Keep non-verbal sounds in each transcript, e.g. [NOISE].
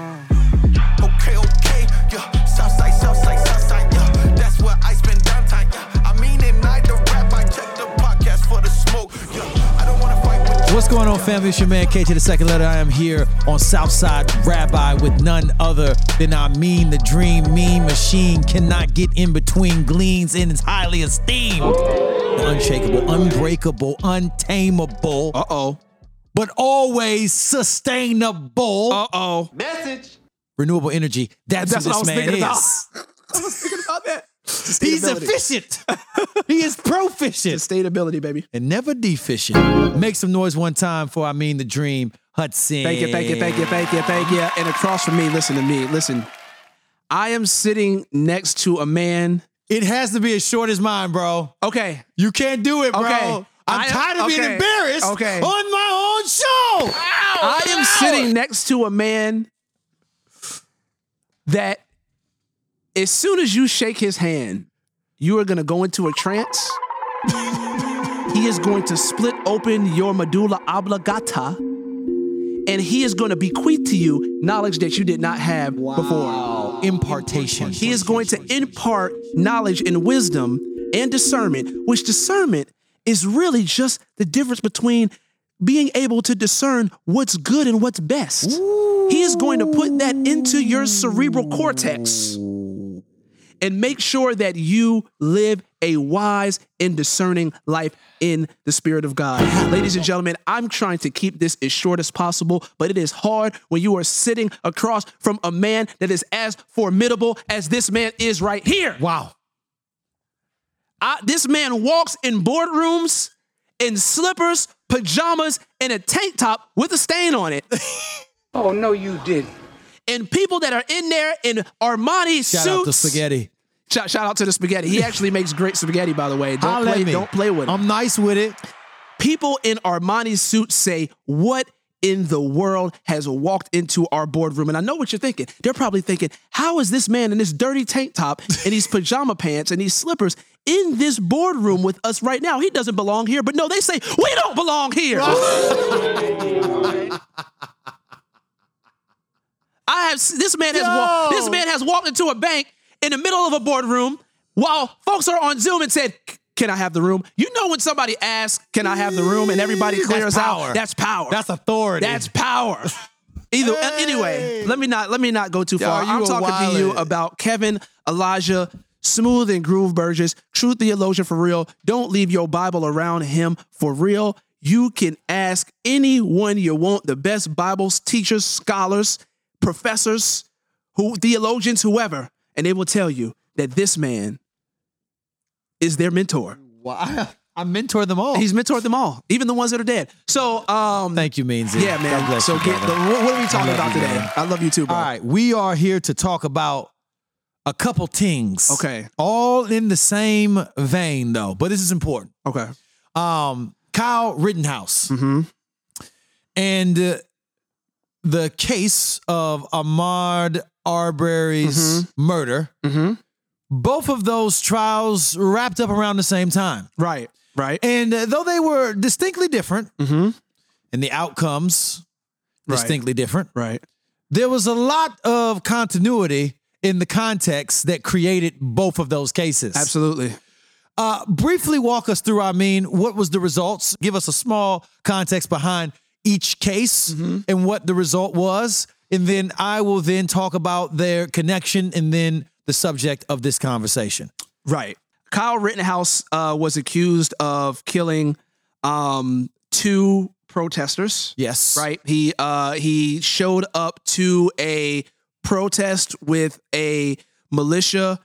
Okay, okay, yeah. Southside, Southside, Southside, yeah. That's where I spend downtime, yeah. I mean, and I the rap, I check the podcast for the smoke, yeah. I don't wanna fight with What's going on, family? It's your man K to the second letter. I am here on Southside Rabbi with none other than I mean the dream mean machine cannot get in between gleans and is highly esteemed. The unshakable, unbreakable, untamable, Uh oh. but always sustainable Uh [LAUGHS] oh. Message. renewable energy. That's, That's who what I this man was thinking about. [LAUGHS] is. I was thinking about that. [LAUGHS] He's Sustainability. efficient. [LAUGHS] he is proficient Sustainability, baby. and never deficient. Make some noise one time for I mean the dream, Hudson. Thank you, thank you, thank you, thank you, thank you. And across from me, listen to me. Listen, I am sitting next to a man. It has to be as short as mine, bro. Okay, You can't do it, bro. Okay. I'm I- tired of being okay. embarrassed Okay. on my own show. I am sitting next to a man that, as soon as you shake his hand, you are going to go into a trance. he is going to split open your medulla oblongata, and he is going to bequeath to you knowledge that you did not have before. Impartation. He is going to impart knowledge and wisdom and discernment, which discernment is really just the difference between being able to discern what's good and what's best. He is going to put that into your cerebral cortex and make sure that you live a wise and discerning life in the spirit of God. Ladies and gentlemen, I'm trying to keep this as short as possible, but it is hard when you are sitting across from a man that is as formidable as this man is right here. Wow. I, this man walks in boardrooms in slippers, pajamas, and a tank top with a stain on it. [LAUGHS] Oh, no, you didn't. And people that are in there in Armani Shout suits. out to spaghetti. Shout, shout out to the spaghetti. He actually makes great spaghetti, by the way. Don't Holla at play, me. don't play with him. I'm nice with it. People in Armani suits say, "What in the world has walked into our boardroom?" And I know what you're thinking. They're probably thinking, "How is this man in this dirty tank top and these pajama pants and these slippers in this boardroom with us right now? He doesn't belong here." But no, they say, "We don't belong here." I have this man has walked, Yo! this man has walked into a bank in the middle of a boardroom while folks are on Zoom and said, "Can I have the room?" You know when somebody asks, "Can I have the room?" and everybody That's clears power. out. That's power. That's authority. That's power. [LAUGHS] Either Hey! anyway, let me not let me not go too far. you I'm a talking to you wildin'. about Kevin Elijah Smooth and Groove Burgess, true theologian for real. Don't leave your Bible around him for real. You can ask anyone you want, the best Bibles, teachers, scholars, professors, who theologians, whoever, and they will tell you that this man is their mentor. wow. I mentor them all. He's mentored them all, even the ones that are dead. So, um, Thank you, Meansy. yeah, God man. bless So you, get the, brother. what what are we talking love about you, today? brother. I love you too, bro. All right, we are here to talk about a couple things. Okay. All in the same vein, though, but this is important. Okay. Um, Kyle Rittenhouse Mm-hmm. and uh, the case of Ahmad Arbery's murder. Mm-hmm. Both of those trials wrapped up around the same time. Right. Right. And uh, though they were distinctly different Mm-hmm. and the outcomes Right. distinctly different, Right. there was a lot of continuity in the context that created both of those cases. Absolutely. Uh, briefly walk us through, I mean, what was the results? Give us a small context behind each case Mm-hmm. and what the result was. And then I will then talk about their connection and then the subject of this conversation. Right. Kyle Rittenhouse uh, was accused of killing um, two protesters. Yes. Right. He uh, he showed up to a protest with a militia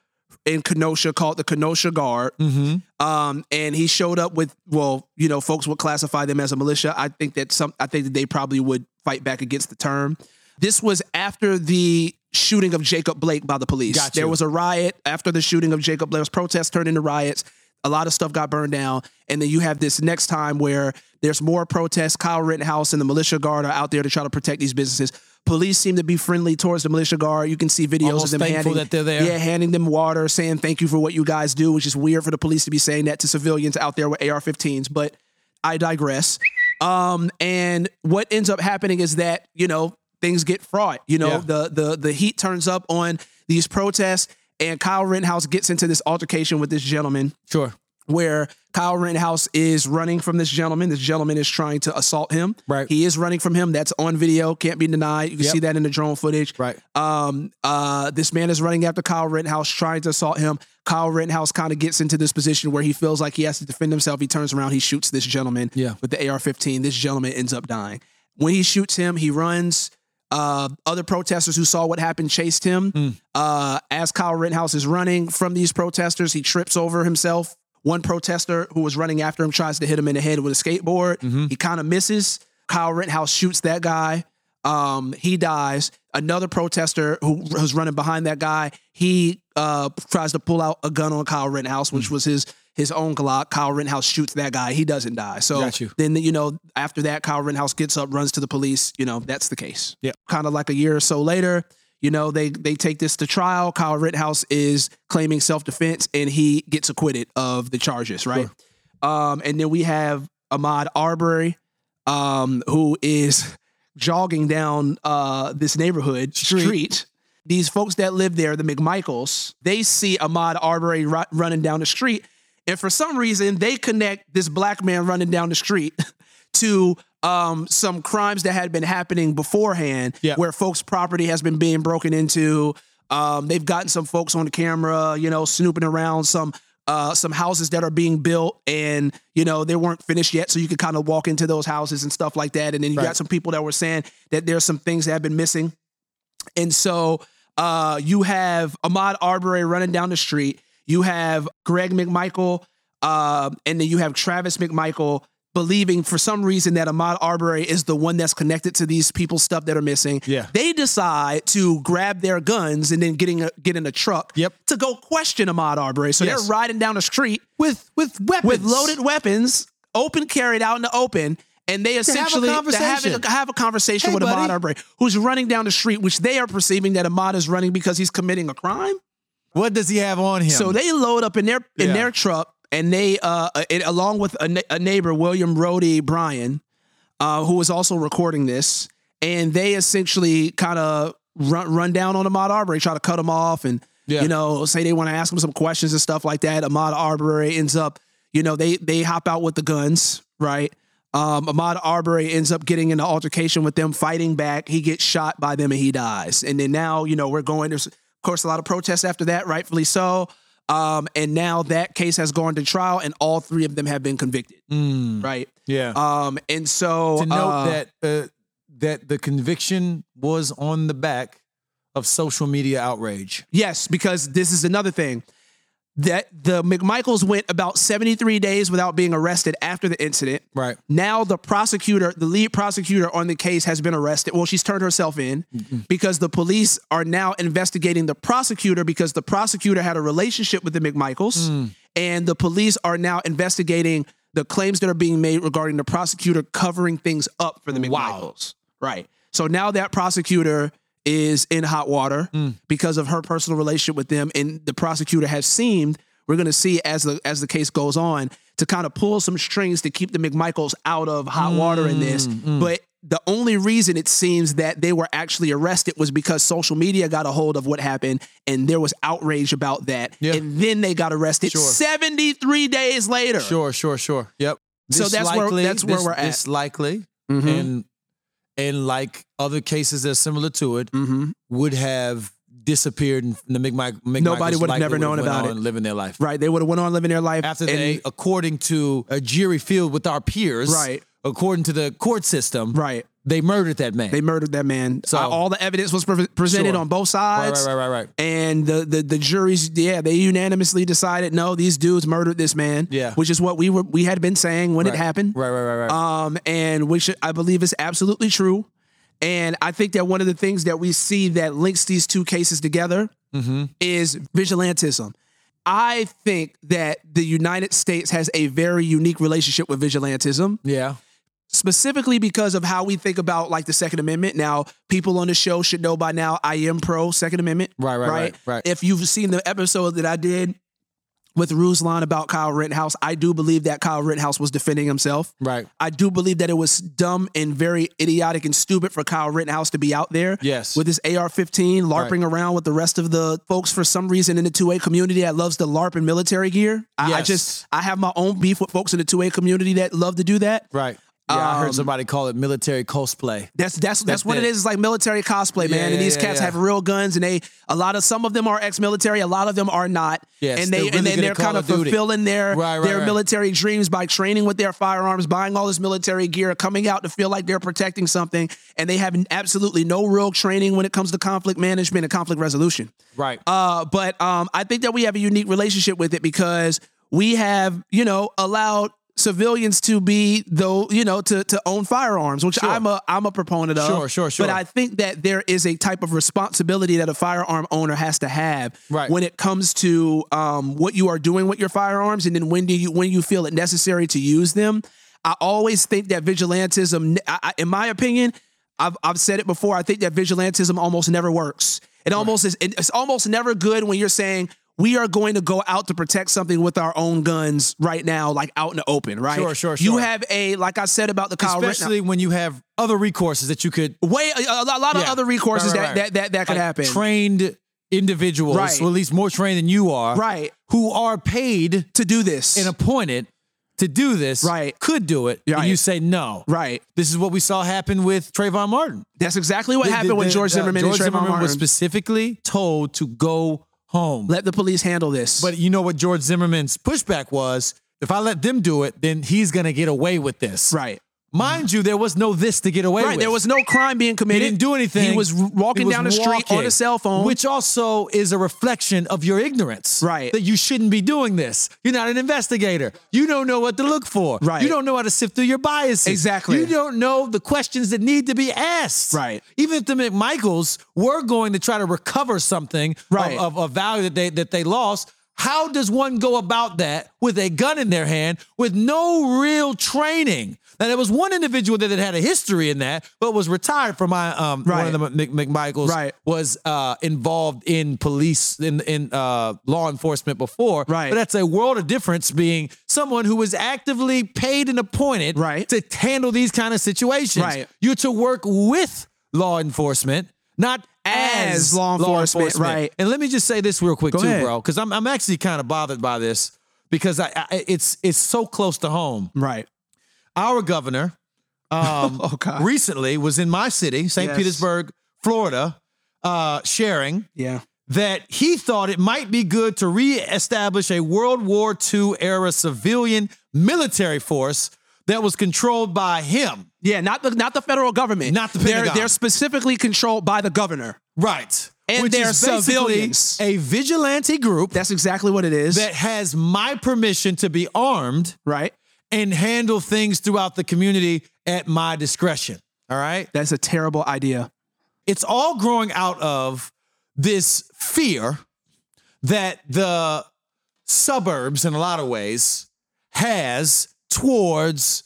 in Kenosha called the Kenosha Guard. Mm-hmm. Um, and he showed up with, well, you know, folks would classify them as a militia. I think that some, I think that they probably would fight back against the term. This was after the shooting of Jacob Blake by the police. Got There you. was a riot after the shooting of Jacob Blake's protests turned into riots. A lot of stuff got burned down. And then you have this next time where there's more protests. Kyle Rittenhouse and the militia guard are out there to try to protect these businesses. Police seem to be friendly towards the militia guard. You can see videos Almost of them thankful handing, that they're there. Yeah, handing them water, saying thank you for what you guys do, which is weird for the police to be saying that to civilians out there with AR-15s. But I digress. Um, and what ends up happening is that you know things get fraught. You know, Yeah. the the the heat turns up on these protests, and Kyle Rittenhouse gets into this altercation with this gentleman Sure. where Kyle Rittenhouse is running from this gentleman. This gentleman is trying to assault him. Right. He is running from him. That's on video. Can't be denied. You can Yep. see that in the drone footage. Right. Um, uh, this man is running after Kyle Rittenhouse, trying to assault him. Kyle Rittenhouse kind of gets into this position where he feels like he has to defend himself. He turns around, he shoots this gentleman Yeah. with the AR 15. This gentleman ends up dying. When he shoots him, he runs. Uh, other protesters who saw what happened chased him. Hmm. Uh, as Kyle Rittenhouse is running from these protesters, he trips over himself. One protester who was running after him tries to hit him in the head with a skateboard. Mm-hmm. He kind of misses. Kyle Rittenhouse shoots that guy. Um, he dies. Another protester who was running behind that guy, he uh, tries to pull out a gun on Kyle Rittenhouse, Hmm. which was his his own Glock. Kyle Rittenhouse shoots that guy. He doesn't die. So Got you. then, you know, after that, Kyle Rittenhouse gets up, runs to the police. You know, that's the case. Yeah. Kind of like a year or so later, you know, they they take this to trial. Kyle Rittenhouse is claiming self defense, and he gets acquitted of the charges. Right. Um, and then we have Ahmad Arbery, um, who is jogging down uh, this neighborhood street. These folks that live there, the McMichaels, they see Ahmad Arbery ru- running down the street. And for some reason, they connect this black man running down the street [LAUGHS] to um, some crimes that had been happening beforehand, Yeah. where folks' property has been being broken into. Um, they've gotten some folks on the camera, you know, snooping around some uh, some houses that are being built, and you know they weren't finished yet, so you could kind of walk into those houses and stuff like that. And then you Right. got some people that were saying that there's some things that have been missing. And so uh, you have Ahmad Arbery running down the street. You have Greg McMichael, uh, and then you have Travis McMichael believing for some reason that Ahmad Arbery is the one that's connected to these people's stuff that are missing. Yeah. They decide to grab their guns and then getting a, get in a truck Yep. to go question Ahmad Arbery. So Yes. they're riding down the street With with weapons. with loaded weapons, open carried out in the open, and they have a essentially to have a, conversation. have a conversation Hey, with Ahmad buddy. Arbery, who's running down the street, which they are perceiving that Ahmad is running because he's committing a crime. What does he have on him? So they load up in their in Yeah. their truck, and they uh, it, along with a, ne- a neighbor, William Rhodey Bryan, uh, who was also recording this, and they essentially kind of run run down on Ahmad Arbery, try to cut him off, and Yeah. you know say they want to ask him some questions and stuff like that. Ahmad Arbery ends up, you know, they they hop out with the guns, right? Um, Ahmad Arbery ends up getting into altercation with them, fighting back. He gets shot by them and he dies. And then now, you know, we're going. There's of course a lot of protests after that, rightfully so. Um, and now that case has gone to trial, and all three of them have been convicted, Mm, right? yeah. Um, and so to note uh, that uh, that the conviction was on the back of social media outrage. Yes, because this is another thing that the McMichaels went about 73 days without being arrested after the incident. Right. Now the prosecutor, the lead prosecutor on the case has been arrested. Well, she's turned herself in because the police are now investigating the prosecutor because the prosecutor had a relationship with the McMichaels and the police are now investigating the claims that are being made regarding the prosecutor covering things up for the McMichaels. Right. So now that prosecutor is in hot water Mm. because of her personal relationship with them, and the prosecutor has seemed we're going to see as the as the case goes on to kind of pull some strings to keep the McMichaels out of hot water in this. Mm, But the only reason it seems that they were actually arrested was because social media got a hold of what happened, and there was outrage about that, Yeah. and then they got arrested Sure. seventy three days later. Sure, sure, sure. Yep. So that's where- that's where this- we're at. This likely Mhm. and and like other cases that are similar to it Mhm. would have disappeared and the McMichael Nobody would have never known about it. living their life. Right, they would have went on living their life After and- they, according to a jury field with our peers, Right. According to the court system, Right. They murdered that man. They murdered that man. So- So all the evidence was pre- presented Sure. on both right, sides. right, right, right, right. And the, the the juries, yeah, they unanimously decided no, these dudes murdered this man. Yeah. which is what we were we had been saying when it Right. happened. Right, right, right, right. Um, and which I believe is absolutely true. And I think that one of the things that we see that links these two cases together Mm-hmm. is vigilantism. I think that the United States has a very unique relationship with vigilantism yeah. specifically because of how we think about like the Second Amendment. Now, people on the show should know by now I am pro Second Amendment. Right, right, right, right. If you've seen the episode that I did with Ruslan about Kyle Rittenhouse. I do believe that Kyle Rittenhouse was defending himself. Right. I do believe that it was dumb and very idiotic and stupid for Kyle Rittenhouse to be out there. Yes. With his AR-15, larping around with the rest of the folks for some reason in the 2A community that loves to larp in military gear. I, I Yes. just I have my own beef with folks in the 2A community that love to do that. Right. Yeah, I Um, heard somebody call it military cosplay. That's that's that's, That's what it it. is. It's like military cosplay, man. Yeah, and yeah, these yeah, cats yeah. have real guns, and they a lot of some of them are ex-military, a lot of them are not. Yes, and they're they really and then good they're at Call kind of of Duty. fulfilling their Right, right, their right. military dreams by training with their firearms, buying all this military gear, coming out to feel like they're protecting something, and they have absolutely no real training when it comes to conflict management and conflict resolution. Right. Uh, but um, I think that we have a unique relationship with it because we have, you know, allowed civilians to be though, you know, to to own firearms, which I'm a I'm a proponent of. Sure, sure, sure. But I think that there is a type of responsibility that a firearm owner has to have Right. when it comes to um, what you are doing with your firearms, and then when do you when you feel it necessary to use them. I always think that vigilantism, I, I- in my opinion, I've I've said it before. I think that vigilantism almost never works. It almost is. it- It's almost never good when you're saying we are going to go out to protect something with our own guns right now, like out in the open, right? Sure, sure, You sure. have a like I said about the Kyle Rittenhouse- Especially when you have other recourses that you could way a, a lot of Yeah. other Right, right, recourses that, right. that that that could like, happen. trained individuals, Right. or at least more trained than you are, Right. who are paid to do this. and appointed to do this, Right. could do it, Right. and you say no. right. This is what we saw happen with Trayvon Martin. That's exactly what The- happened the- with the- George the- Zimmerman George and Trayvon Zimmerman was Martin. specifically told to go home. Let the police handle this. But you know what George Zimmerman's pushback was? If I let them do it, then he's going to get away with this. right. Mind you, there was no this to get away Right, with. there was no crime being committed. he didn't do anything. He was r- walking He was down the street on walking, a cell phone. which also is a reflection of your ignorance. Right. that you shouldn't be doing this. You're not an investigator. You don't know what to look for. Right. you don't know how to sift through your biases. Exactly. you don't know the questions that need to be asked. Right. even if the McMichaels were going to try to recover something of- Right. of, of value that they that they lost. How does one go about that with a gun in their hand with no real training? Now there was one individual that had had a history in that, but was retired from my um Right. one of the Mc, McMichaels Right. was uh, involved in police in in uh, law enforcement before. Right. But that's a world of difference being someone who was actively paid and appointed Right. to handle these kind of situations. Right. You're to work with law enforcement, not as, As law enforcement, right. and let me just say this real quick too, ahead. bro, because I'm I'm actually kind of bothered by this because I, I it's it's so close to home. right. Our governor [LAUGHS] um, Oh, God. recently was in my city, St. Yes. Petersburg, Florida, uh, sharing Yeah. that he thought it might be good to reestablish a World War II era civilian military force that was controlled by him. Yeah, not the not the federal government. Not the they're, Pentagon. they're specifically controlled by the governor. Right. And Which they're is basically civilians. a vigilante group That's exactly what it is. that has my permission to be armed right. and handle things throughout the community at my discretion. All right. That's a terrible idea. It's all growing out of this fear that the suburbs, in a lot of ways, has towards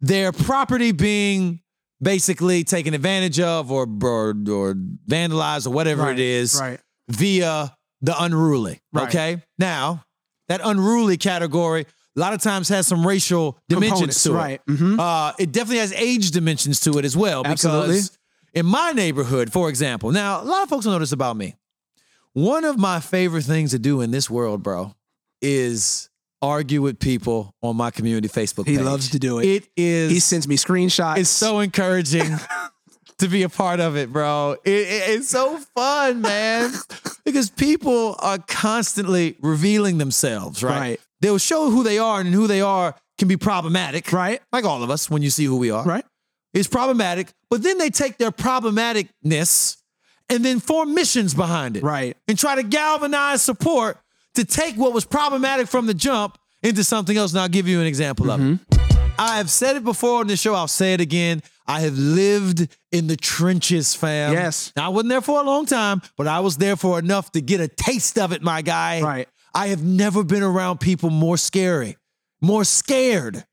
their property being basically taken advantage of or or, or vandalized or whatever it Right, is right. via the unruly. Right. Okay. Now, that unruly category a lot of times has some racial dimensions Components, to it. right. Mhm. Uh, it definitely has age dimensions to it as well. Because Absolutely. in my neighborhood, for example, now a lot of folks don't know this about me. One of my favorite things to do in this world, bro, is argue with people on my community Facebook He page. loves to do it. It is He sends me screenshots. it's so encouraging [LAUGHS] to be a part of it, bro. It, it- it's so fun, man, because people are constantly revealing themselves, right? Right. They'll show who they are, and who they are can be problematic, Right. Like all of us when you see who we are, right. It's problematic, but then they take their problematicness and then form missions behind it, Right. And try to galvanize support to take what was problematic from the jump into something else. And I'll give you an example of it. Mm-hmm. I have said it before on the show. I'll say it again. I have lived in the trenches, fam. Yes. Now, I wasn't there for a long time, but I was there for enough to get a taste of it, my guy. Right. I have never been around people more scary, more scared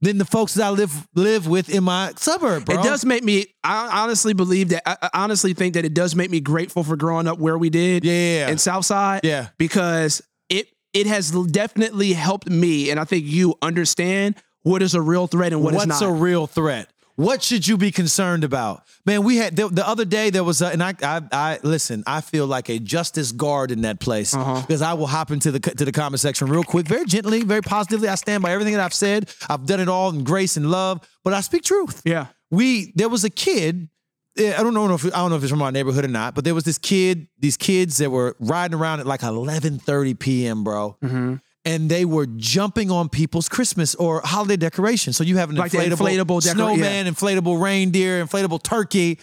than the folks that I live live with in my suburb, bro. It does make me. I honestly believe that. I I honestly think that it does make me grateful for growing up where we did. Yeah. In Southside. Yeah. Because it it has l- definitely helped me, and I think you understand what is a real threat and what is What's not. a real threat? What should you be concerned about? Man, we had the, the other day there was a, and I, I I listen, I feel like a justice guard in that place Uh-huh. because I will hop into the co- to the comment section real quick, very gently, very positively. I stand by everything that I've said. I've done it all in grace and love, but I speak truth. Yeah. We there was a kid yeah, I don't know if I don't know if it's from our neighborhood or not, but there was this kid, these kids that were riding around at like 11:30 p.m., bro. Mm-hmm. And they were jumping on people's Christmas or holiday decorations. So you have an Like the inflatable, inflatable decor- snowman, inflatable reindeer, inflatable turkey.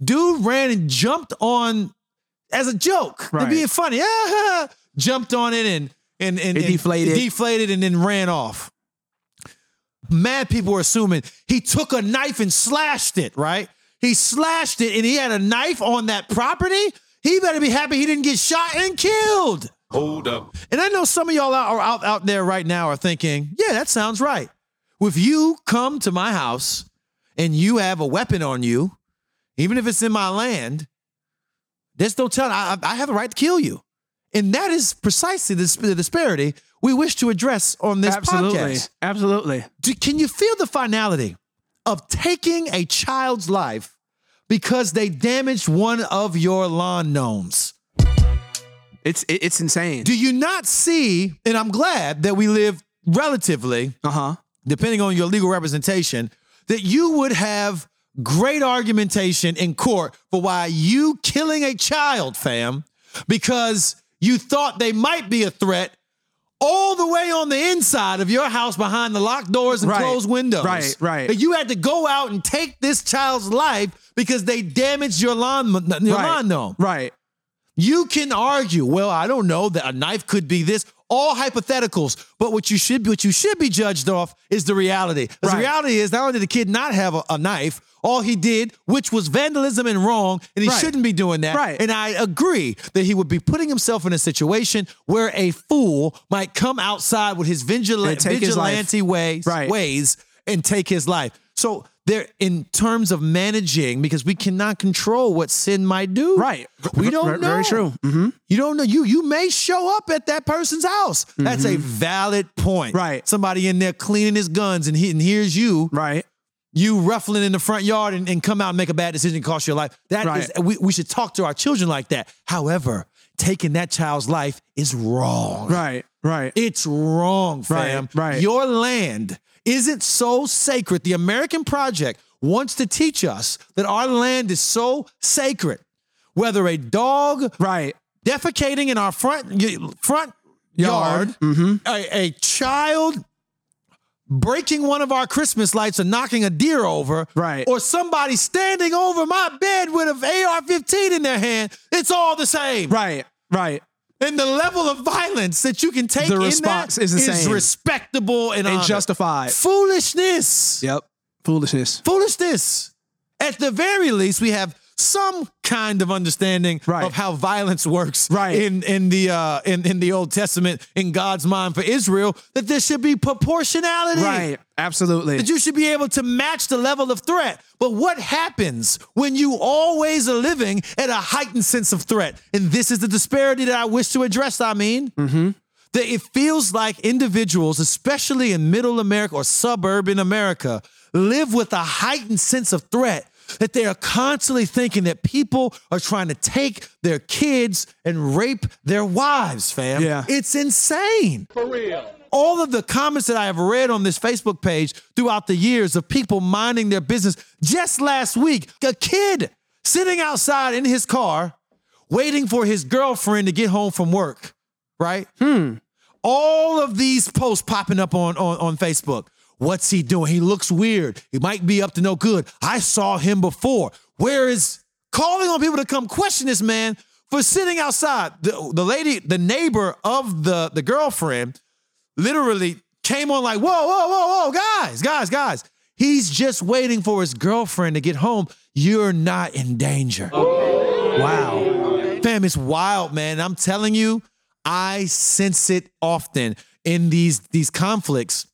Dude ran and jumped on as a joke. They're Right. being funny. [LAUGHS] Ah, jumped on it and and and, It and deflated. deflated, and then ran off. Mad people were assuming he took a knife and slashed it. Right? He slashed it, and he had a knife on that property. He better be happy he didn't get shot and killed. Hold up. And I know some of y'all out, are out, out there right now are thinking, yeah, that sounds right. If you come to my house and you have a weapon on you, even if it's in my land, there's no telling. I, I I have a right to kill you. And that is precisely the, sp- the disparity we wish to address on this Absolutely. podcast. Absolutely. Do, can you feel the finality of taking a child's life because they damaged one of your lawn gnomes? It's it, it's insane. Do you not see, and I'm glad that we live relatively, Uh huh. depending on your legal representation, that you would have great argumentation in court for why you killing a child, fam, because you thought they might be a threat all the way on the inside of your house behind the locked doors and Right, closed windows. right, right. That you had to go out and take this child's life because they damaged your lawn your lawn gnome. Right. You can argue, well, I don't know that a knife could be this, all hypotheticals. But what you should what you should be judged off is the reality. 'Cause The Right. reality is not only did the kid not have a, a knife, all he did, which was vandalism and wrong, and he Right. shouldn't be doing that. Right. And I agree that he would be putting himself in a situation where a fool might come outside with his vigila- And take his life. vigilante ways, Right. ways and take his life. So there, in terms of managing, because we cannot control what sin might do. Right. We Ver- don't ver- know. Very true. hmm You don't know. You you may show up at that person's house. That's a valid point. Mm-hmm. Right. Somebody in there cleaning his guns and, he, and here's you, Right. you ruffling in the front yard and, and come out and make a bad decision and cost your life. That Right. is, we, we should talk to our children like that. However, taking that child's life is wrong. Right. Right. It's wrong, Right, fam. right. Your land isn't so sacred. The American Project wants to teach us that our land is so sacred. Whether a dog right. defecating in our front y- front yard, Yard. Mm-hmm. a, a child breaking one of our Christmas lights and knocking a deer over, Right. or somebody standing over my bed with an AR-15 in their hand, it's all the same. Right. Right. And the level of violence that you can take The in response that is the same. respectable and, And honored. justified. foolishness. Yep. Foolishness. Foolishness. At the very least, we have some kind of understanding Right. of how violence works Right. in in the uh, in in the Old Testament in God's mind for Israel that there should be proportionality. Right. Absolutely. That you should be able to match the level of threat. But what happens when you always are living at a heightened sense of threat? And this is the disparity that I wish to address, I mean. That it feels like individuals, especially in middle America or suburban America, live with a heightened sense of threat. That they are constantly thinking that people are trying to take their kids and rape their wives, fam. Yeah. It's insane all of the comments that I have read on this Facebook page throughout the years of people minding their business. Just last week, a kid sitting outside in his car waiting for his girlfriend to get home from work, right? Hmm. All of these posts popping up on, on, on Facebook. What's he doing? He looks weird. He might be up to no good. I saw him before. Where is calling on people to come question this man for sitting outside? The, the lady, the neighbor of the, the girlfriend, literally came on like, whoa, whoa, whoa, whoa, guys, guys, guys. He's just waiting for his girlfriend to get home. You're not in danger. Wow. Fam, it's wild, man. I'm telling you, I sense it often in these these conflicts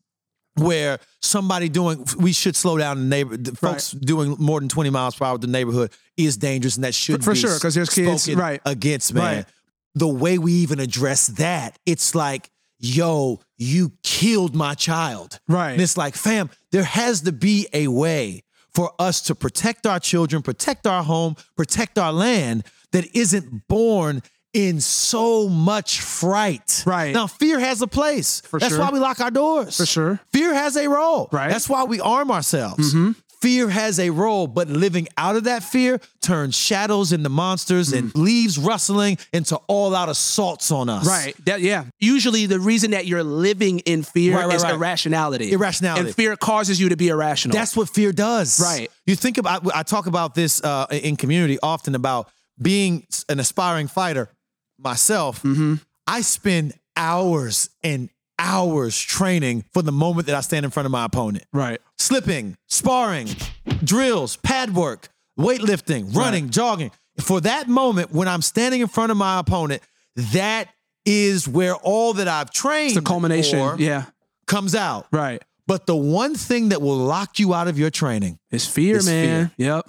where somebody doing we should slow down the neighbor the folks doing more than 20 miles per hour with the neighborhood is dangerous and that should For be sure, 'cause there's kids, spoken right. against man Right. the way we even address that, it's like, yo, you killed my child. Right. And it's like, fam, there has to be a way for us to protect our children, protect our home, protect our land that isn't born in so much fright. Right. Now, fear has a place. For That's sure. why we lock our doors. For sure. Fear has a role. Right. That's why we arm ourselves. Mm-hmm. Fear has a role, but living out of that fear turns shadows into monsters and Mm. leaves rustling into all out assaults on us. Right. That, yeah. Usually, the reason that you're living in fear Right, right, is right. irrationality. Irrationality. And fear causes you to be irrational. That's what fear does. Right. You think about, I talk about this uh, in community often about being an aspiring fighter myself. Mm-hmm. I spend hours and hours training for the moment that I stand in front of my opponent. right. slipping, sparring, drills, pad work, weightlifting, running, jogging. For that moment when I'm standing in front of my opponent, that is where all that I've trained The culmination. for yeah. comes out. Right. But the one thing that will lock you out of your training, It's fear, It's man. Yep.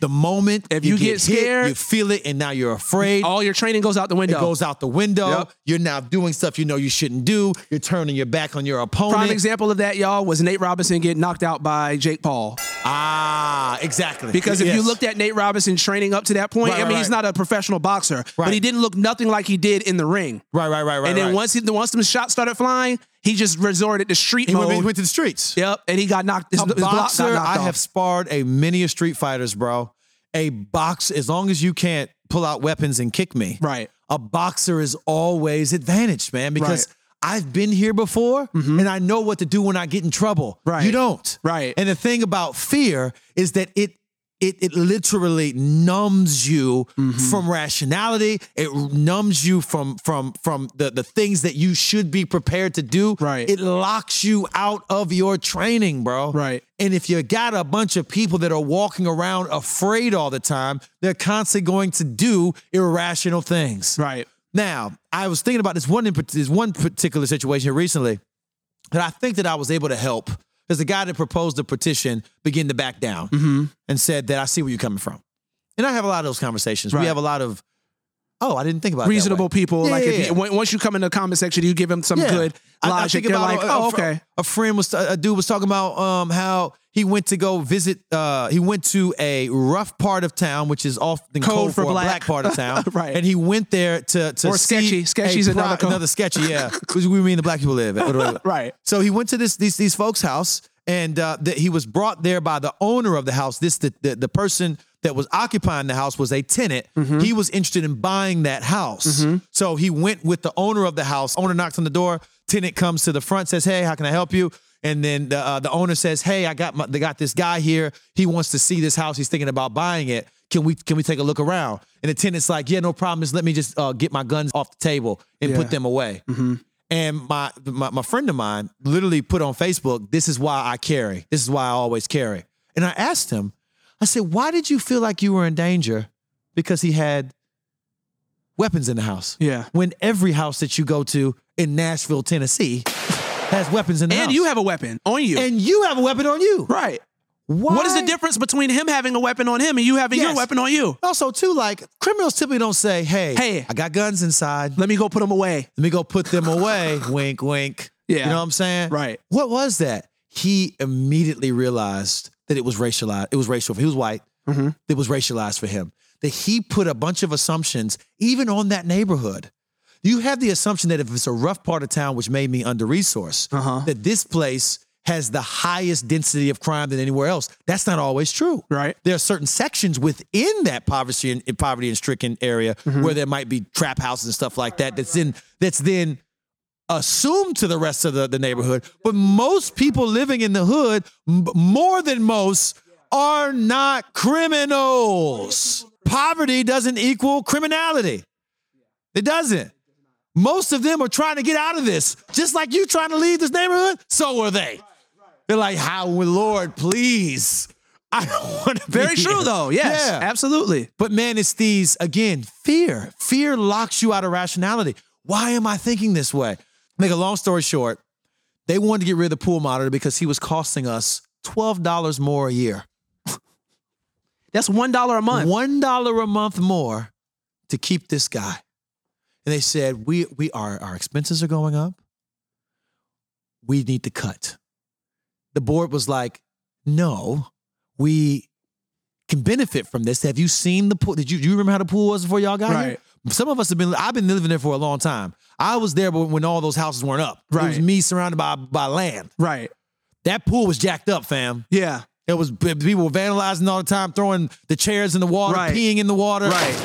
the moment If you get hit, scared- you feel it, and now you're afraid. All your training goes out the it window. goes out the window. Yep. You're now doing stuff you know you shouldn't do. You're turning your back on your opponent. Prime example of that, y'all, was Nate Robinson getting knocked out by Jake Paul. ah, exactly. Because if you Yes. looked at Nate Robinson training up to that point, Right, I mean, right, he's right. not a professional boxer, but Right. he didn't look nothing like he did in the ring. right, right, right, right, and then right. once he, once the shots started flying, he just resorted to street he mode. went, he went to the streets. yep, and he got knocked. His, a his block boxer, got knocked I have off. sparred a many of street fighters, bro. A box, as long as you can't pull out weapons and kick me, Right. A boxer is always advantaged, man, because I've been here before and I know what to do when I get in trouble. Mm-hmm. Right. You don't. Right. And the thing about fear is that it it it literally numbs you Mm-hmm. from rationality. It numbs you from from from the, the things that you should be prepared to do. Right. It locks you out of your training, bro. Right. And if you got a bunch of people that are walking around afraid all the time, they're constantly going to do irrational things. Right. Now, I was thinking about this one in, this one particular situation recently that I think that I was able to help. There's a guy that proposed the petition begin to back down Mm-hmm. and said that I see where you're coming from. And I have a lot of those conversations. Right. We have a lot of, oh, I didn't think about it that way." Reasonable people, Yeah, like yeah, if you, yeah. when- once you come in the comment section, you give them some Yeah. good I- I logic. think They're about like, a- a oh, fr- okay, A friend was a dude was talking about um how he went to go visit. Uh, he went to a rough part of town, which is often Code called for for, black. a black part of town, [LAUGHS] Right. And he went there to to Or sketchy. see Sketchy's a another code. another sketchy. Yeah, which we mean the black people live. at. [LAUGHS] Right. So he went to this these these folks' house, and uh, that he was brought there by the owner of the house. This the the, the person that was occupying the house was a tenant. Mm-hmm. He was interested in buying that house, so he went with the owner of the house. Owner knocks on the door. Tenant comes to the front, says, "Hey, how can I help you?" And then the uh, the owner says, "Hey, I got my, they got this guy here. He wants to see this house. He's thinking about buying it. Can we can we take a look around?" And the tenant's like, "Yeah, no problem. Just let me just uh, get my guns off the table and Yeah. Mm-hmm. put them away." And my, my my friend of mine literally put on Facebook, "This is why I carry. This is why I always carry." And I asked him, I said, "Why did you feel like you were in danger because he had weapons in the house? Yeah. When every house that you go to in Nashville, Tennessee, has weapons in the and house, you have a weapon on you, and you have a weapon on you. right? Why? What is the difference between him having a weapon on him and you having your Yes. weapon on you? Also, too, like criminals typically don't say, "Hey, Hey. I got guns inside. Let me go put them away. Let me go put them away. [LAUGHS] wink, wink. Yeah. You know what I'm saying? Right. What was that? He immediately realized that it was racialized. It was racial. He was white. Mm-hmm. It was racialized for him. That he put a bunch of assumptions even on that neighborhood. You have the assumption that if it's a rough part of town, which made me under resourced, that this place has the highest density of crime than anywhere else. That's not always true. Right. There are certain sections within that poverty and eh, poverty and stricken area where there might be trap houses and stuff like that. That's then that's then assumed to the rest of the, the neighborhood. But most people living in the hood, m- more than most, are not criminals. Poverty doesn't equal criminality. It doesn't. Most of them are trying to get out of this. Just like you trying to leave this neighborhood, so are they. They're like, how, Lord, please. I don't [LAUGHS] want to be [LAUGHS] Very true, here." though. Yes, Yeah. absolutely. But man, it's these again, fear. Fear locks you out of rationality. Why am I thinking this way? Make a long story short, they wanted to get rid of the pool monitor because he was costing us $12 more a year. That's one dollar a month. $1 a month more to keep this guy. and they said, "We we are our expenses are going up. We need to cut." The board was like, "No, we can benefit from this. Have you seen the pool? Did you do you remember how the pool was before y'all got Right. here? Some of us have been. I've been living there for a long time. I was there when, when all those houses weren't up. It was Right. me surrounded by by land. Right. That pool was jacked up, fam. Yeah. It was people were vandalizing all the time, throwing the chairs in the water, Right. peeing in the water. Right.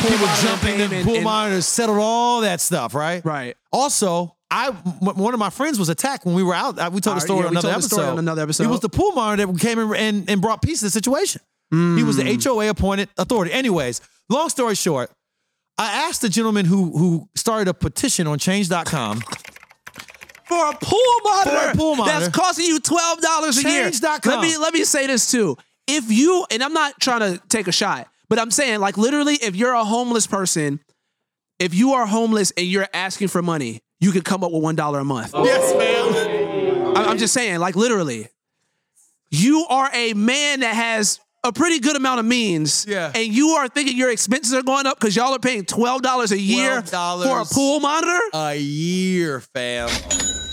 People monitor jumping came the and- pool and- monitors, settled all that stuff, right? Right. Also, I m- one of my friends was attacked when we were out. I- We told the All right, story Uh, yeah, on we another told the episode. story on another episode. It was the pool monitor that came in and, and brought peace to the situation. He Hmm. was the HOA appointed authority. Anyways, long story short, I asked the gentleman who who started a petition on change.com. For a pool monitor. For a pool monitor. That's costing you twelve dollars a year. Change.com. Let me let me say this too. If you and I'm not trying to take a shot, but I'm saying like literally, if you're a homeless person, if you are homeless and you're asking for money, you can come up with one dollar a month. Yes, ma'am. I- I'm just saying, like literally, you are a man that has a pretty good amount of means, Yeah. and you are thinking your expenses are going up because y'all are paying twelve dollars a year $12 for a pool monitor. A year, fam.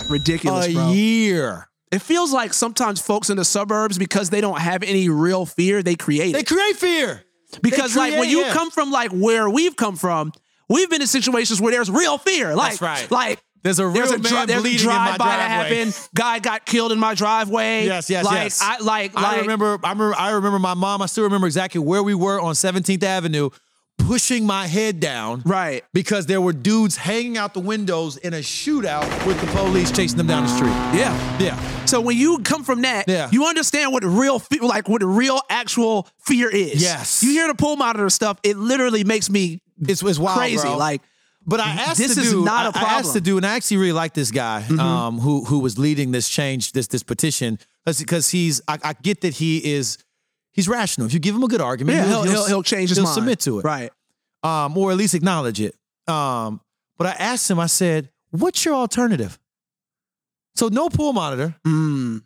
Ridiculous, a bro. year. It feels like sometimes folks in the suburbs because they don't have any real fear, they create They it. create fear. Because they like when you create it. come from like where we've come from. We've been in situations where there's real fear. Like, right. like There's a real dri- man there's a bleeding in my drive-by that driveway. happened. Guy got killed in my driveway. Yes, yes, like, yes. I like, like I remember, I remember, I remember my mom. I still remember exactly where we were on 17th Avenue, pushing my head down, Right. because there were dudes hanging out the windows in a shootout with the police chasing them down the street. Yeah. Yeah, So when you come from that, Yeah. you understand what real fe- like what real actual fear is. Yes. You hear the pool monitor stuff, it literally makes me it's it's wild, crazy. Oh, bro. Like But I asked This the is dude. not a I- I asked problem. Mm-hmm. the dude, and I actually really like this guy um, who who was leading this change, this this petition, because he's. I, I get that he is. He's rational. If you give him a good argument, yeah, he'll, he'll, he'll change his he'll mind. submit to it, Right. um, or at least acknowledge it. Um, but I asked him, I said, what's your alternative? So no pool monitor. Mm.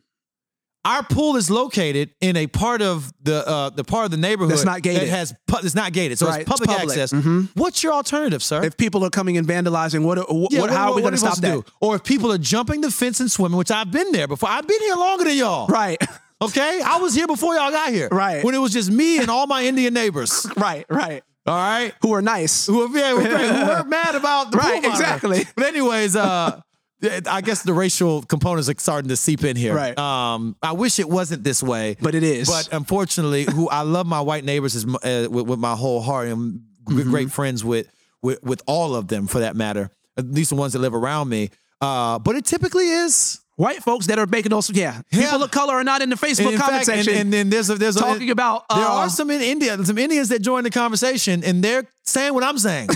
Our pool is located in a part of the uh, the part of the neighborhood That's not gated. That has pu- it's not gated, so Right, it's it's public, public. access. Mhm. What's your alternative, sir? If people are coming and vandalizing, what, what, Yeah, what- how are we what going to stop supposed that? do? Or if people are jumping the fence and swimming, which I've been there before. I've been here longer than y'all. Right. [LAUGHS] Okay, I was here before y'all got here. Right. When it was just me and all my Indian neighbors. right. Right. All right. Who are nice. who are, yeah, who who are mad about the [LAUGHS] Right, pool monitor. exactly. But anyways, uh, I guess the racial components are starting to seep in here. Right. Um, I wish it wasn't this way, But it is. But unfortunately, who I love my white neighbors is uh, with, with my whole heart, and I'm Mm-hmm. g- great friends with, with with all of them for that matter. At least the ones that live around me. Uh, but it typically is. White folks that are making those, yeah. People of color are not in the Facebook in comment fact- and- section. And, then there's a, there's a- Talking about, there uh, are some in India, some Indians that joined the conversation, and they're saying what I'm [LAUGHS] saying.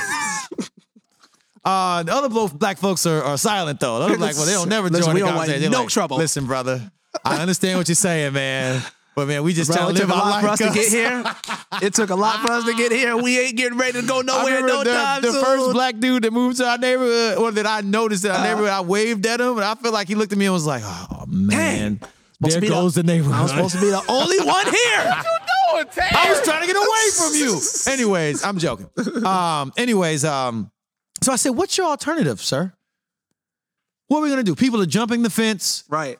uh, the other blo- black folks are, are silent though. The other black, well, they [LAUGHS] don't never Listen, join we the don't want conversation. They're no like, trouble. Listen, brother, I understand what you're saying, man, but man, we just Bro, trying it to took live a our life. lot for us to cuz." get here. [LAUGHS] It took a lot for us to get here. We ain't getting ready to go I nowhere remember no time the, the soon. first black dude that moved to our neighborhood, or that I noticed in our neighborhood, I waved at him, and I feel like he looked at me and was like, "Oh man, Supposed there to be goes the neighborhood." I'm supposed to be [LAUGHS] the only one here. I was trying to get away from you. Anyways, I'm joking. Um, anyways, um, so I said, what's your alternative, sir? What are we gonna do? People are jumping the fence. Right.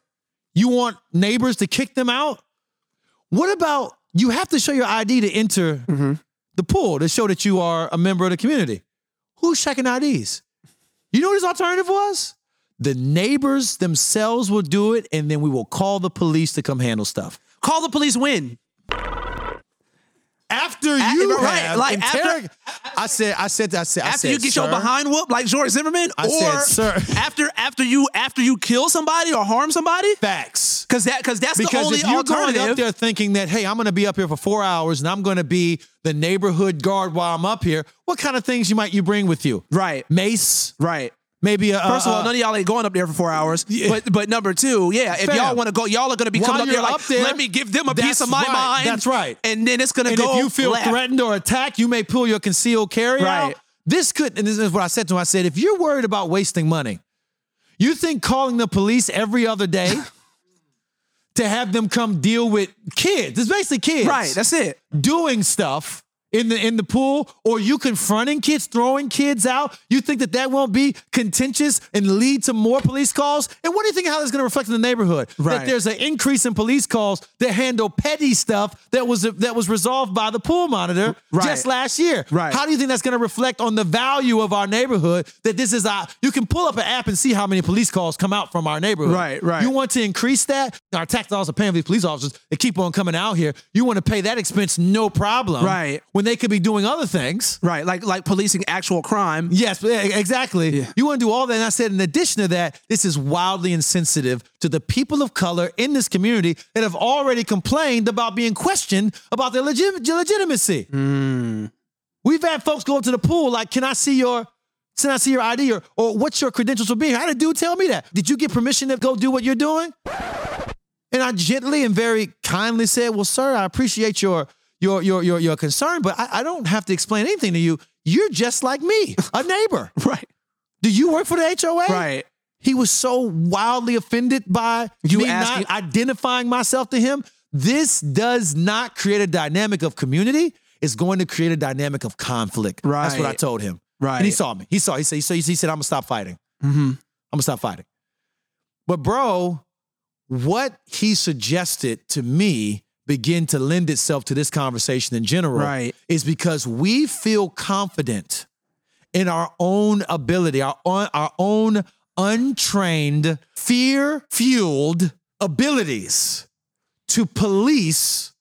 You want neighbors to kick them out? What about you have to show your ID to enter the pool to show that you are a member of the community? Who's checking IDs? You know what his alternative was? The neighbors themselves will do it, and then we will call the police to come handle stuff. Call the police win. After A- you right, have like, interrog- I said, I said, I said, I After said, you get sir, your behind whooped like George Zimmerman, I or said, sir. after after you after you kill somebody or harm somebody, facts. because that because that's the Because only if you're going up alternative. there thinking that, hey, I'm going to be up here for four hours and I'm going to be the neighborhood guard while I'm up here, what kind of things you might you bring with you? Right. Mace, Right. maybe a. First of uh, all, none of y'all ain't going up there for four hours. But but number two, yeah, if Fam. y'all want to go, y'all are gonna be While coming up there you're like, up there, let me give them a that's piece of my right, mind. that's right. And then it's gonna and go. if you feel left. threatened or attacked, you may pull your concealed carry out. Right. This could, and this is what I said to him. I said, if you're worried about wasting money, you think calling the police every other [LAUGHS] day to have them come deal with kids, it's basically kids right, that's it. doing stuff in the in the pool or you confronting kids, throwing kids out, you think that that won't be contentious and lead to more police calls? And what do you think how that's going to reflect in the neighborhood? That Right. there's an increase in police calls that handle petty stuff that was that was resolved by the pool monitor Right. just last year. Right. How do you think that's going to reflect on the value of our neighborhood? That this is our you can pull up an app and see how many police calls come out from our neighborhood. Right, right. You want to increase that? Our tax dollars are paying for these police officers. They keep on coming out here. You want to pay that expense, no problem. Right. When they could be doing other things. Right, like like policing actual crime. [LAUGHS] Yes, yeah, exactly. You want to do all that. And I said, in addition to that, this is wildly insensitive to the people of color in this community that have already complained about being questioned about their legit- legitimacy. We've had folks go into the pool like, "Can I see your, can I see your ID or, or what's your credentials for being?" here?" I had a dude tell me that. Did you get permission to go do what you're doing? And I gently and very kindly said, "Well, sir, I appreciate your your your your, your concern, but I, I don't have to explain anything to you. You're just like me, a neighbor. Right, Do you work for the HOA? right. He was so wildly offended by You me asking- not identifying myself to him. This does not create a dynamic of community. It's going to create a dynamic of conflict. That's what I Right. told him. Right. Mm-hmm. And he saw me. He saw. He said. He said. He said. I'm gonna stop fighting. I'm gonna stop fighting. But bro, what he suggested to me begin to lend itself to this conversation in general Right. is because we feel confident in our own ability, our own, our own untrained, fear fueled abilities to police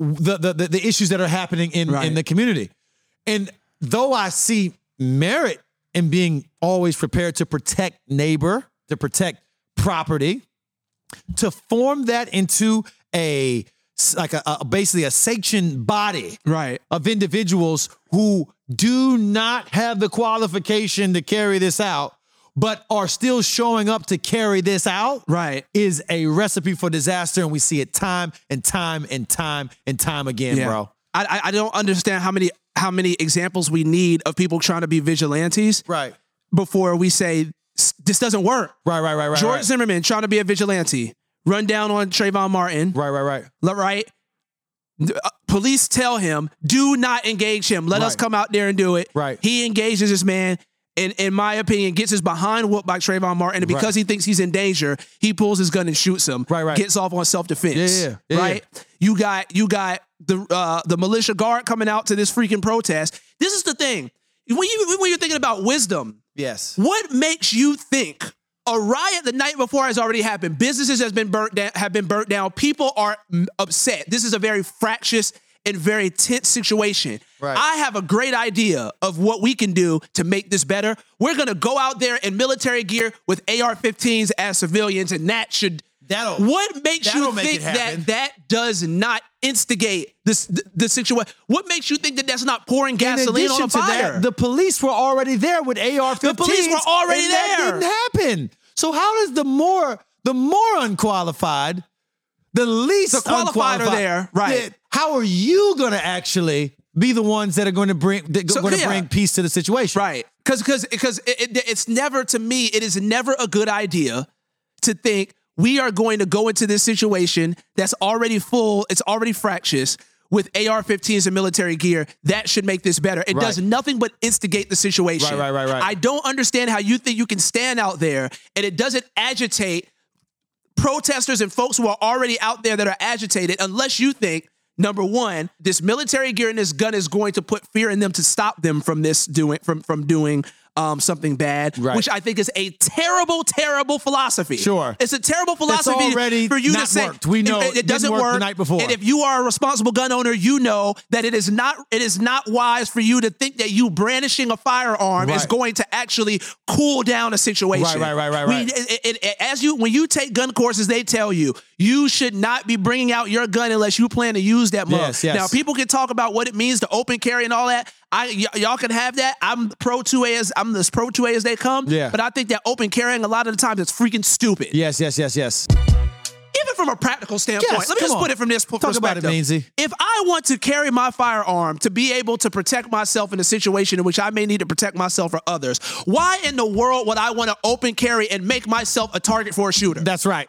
the, the, the, the issues that are happening in, in Right. the community. And though I see merit in being always prepared to protect neighbor, to protect property, to form that into a like a, a- basically a sanctioned body Right. of individuals who do not have the qualification to carry this out but are still showing up to carry this out Right. is a recipe for disaster and we see it time and time and time and time again bro I I- I don't understand how many how many examples we need of people trying to be vigilantes right before we say "S- this doesn't work. right right right right George right. Zimmerman trying to be a vigilante, run down on Trayvon Martin. right right right le- right? Th- uh, Police tell him, do not engage him. Let us Right. come out there and do it. Right. He engages this man, and in my opinion, gets his behind whooped by Trayvon Martin. And because Right. he thinks he's in danger, he pulls his gun and shoots him. Right, right. Gets off on self defense. Yeah, yeah, yeah, right. You got you got the uh, the militia guard coming out to this freaking protest. This is the thing. When you when you're thinking about wisdom, yes what makes you think a riot the night before has already happened? Businesses has been burnt down, have been burnt down. People are mm, upset. This is a very fractious and very tense situation. Right. I have a great idea of what we can do to make this better. We're gonna go out there in military gear with AR-15s as civilians, and that should. That'll- what makes you that'll make think it happen. that that does not instigate this the, the situation? What makes you think that that's not pouring gasoline on a fire? the police were already there with AR-15s. The police were already and there. That didn't happen. So how does the more the more unqualified, the least The qualified are unqualified- there, right. Yeah, How are you going to actually be the ones that are going to bring that So, going to yeah. bring peace to the situation? Right. Because because because it, it, it's never to me it is never a good idea to think we are going to go into this situation that's already full, it's already fractious with AR-15s and military gear. That should make this better. It does Right. nothing but instigate the situation. Right, right, right, right. I don't understand how you think you can stand out there and it doesn't agitate protesters and folks who are already out there that are agitated unless you think number one this military gear and this gun is going to put fear in them to stop them from this doing from from doing um, something bad Right. which i think is a terrible terrible philosophy Sure. it's a terrible philosophy already for you not to say worked. We know it, it didn't doesn't work work the night before. and if you are a responsible gun owner you know that it is not it is not wise for you to think that you brandishing a firearm is Right. going to actually cool down a situation Right, right, right, right, We- right. it- it- it- as you when you take gun courses, they tell you you should not be bringing out your gun unless you plan to use that mug. Yes, yes. Now people can talk about what it means to open carry and all that. I y- y'all can have that. I'm pro two A as I'm as pro two A as they come. Yeah. But I think that open carrying a lot of the times it's freaking stupid. Yes, yes, yes, yes. Even from a practical standpoint, Yes, let me come just on. put it from this p- Talk about it, perspective. Meansy. If I want to carry my firearm to be able to protect myself in a situation in which I may need to protect myself or others, why in the world would I want to [LAUGHS] open carry and make myself a target for a shooter? That's right.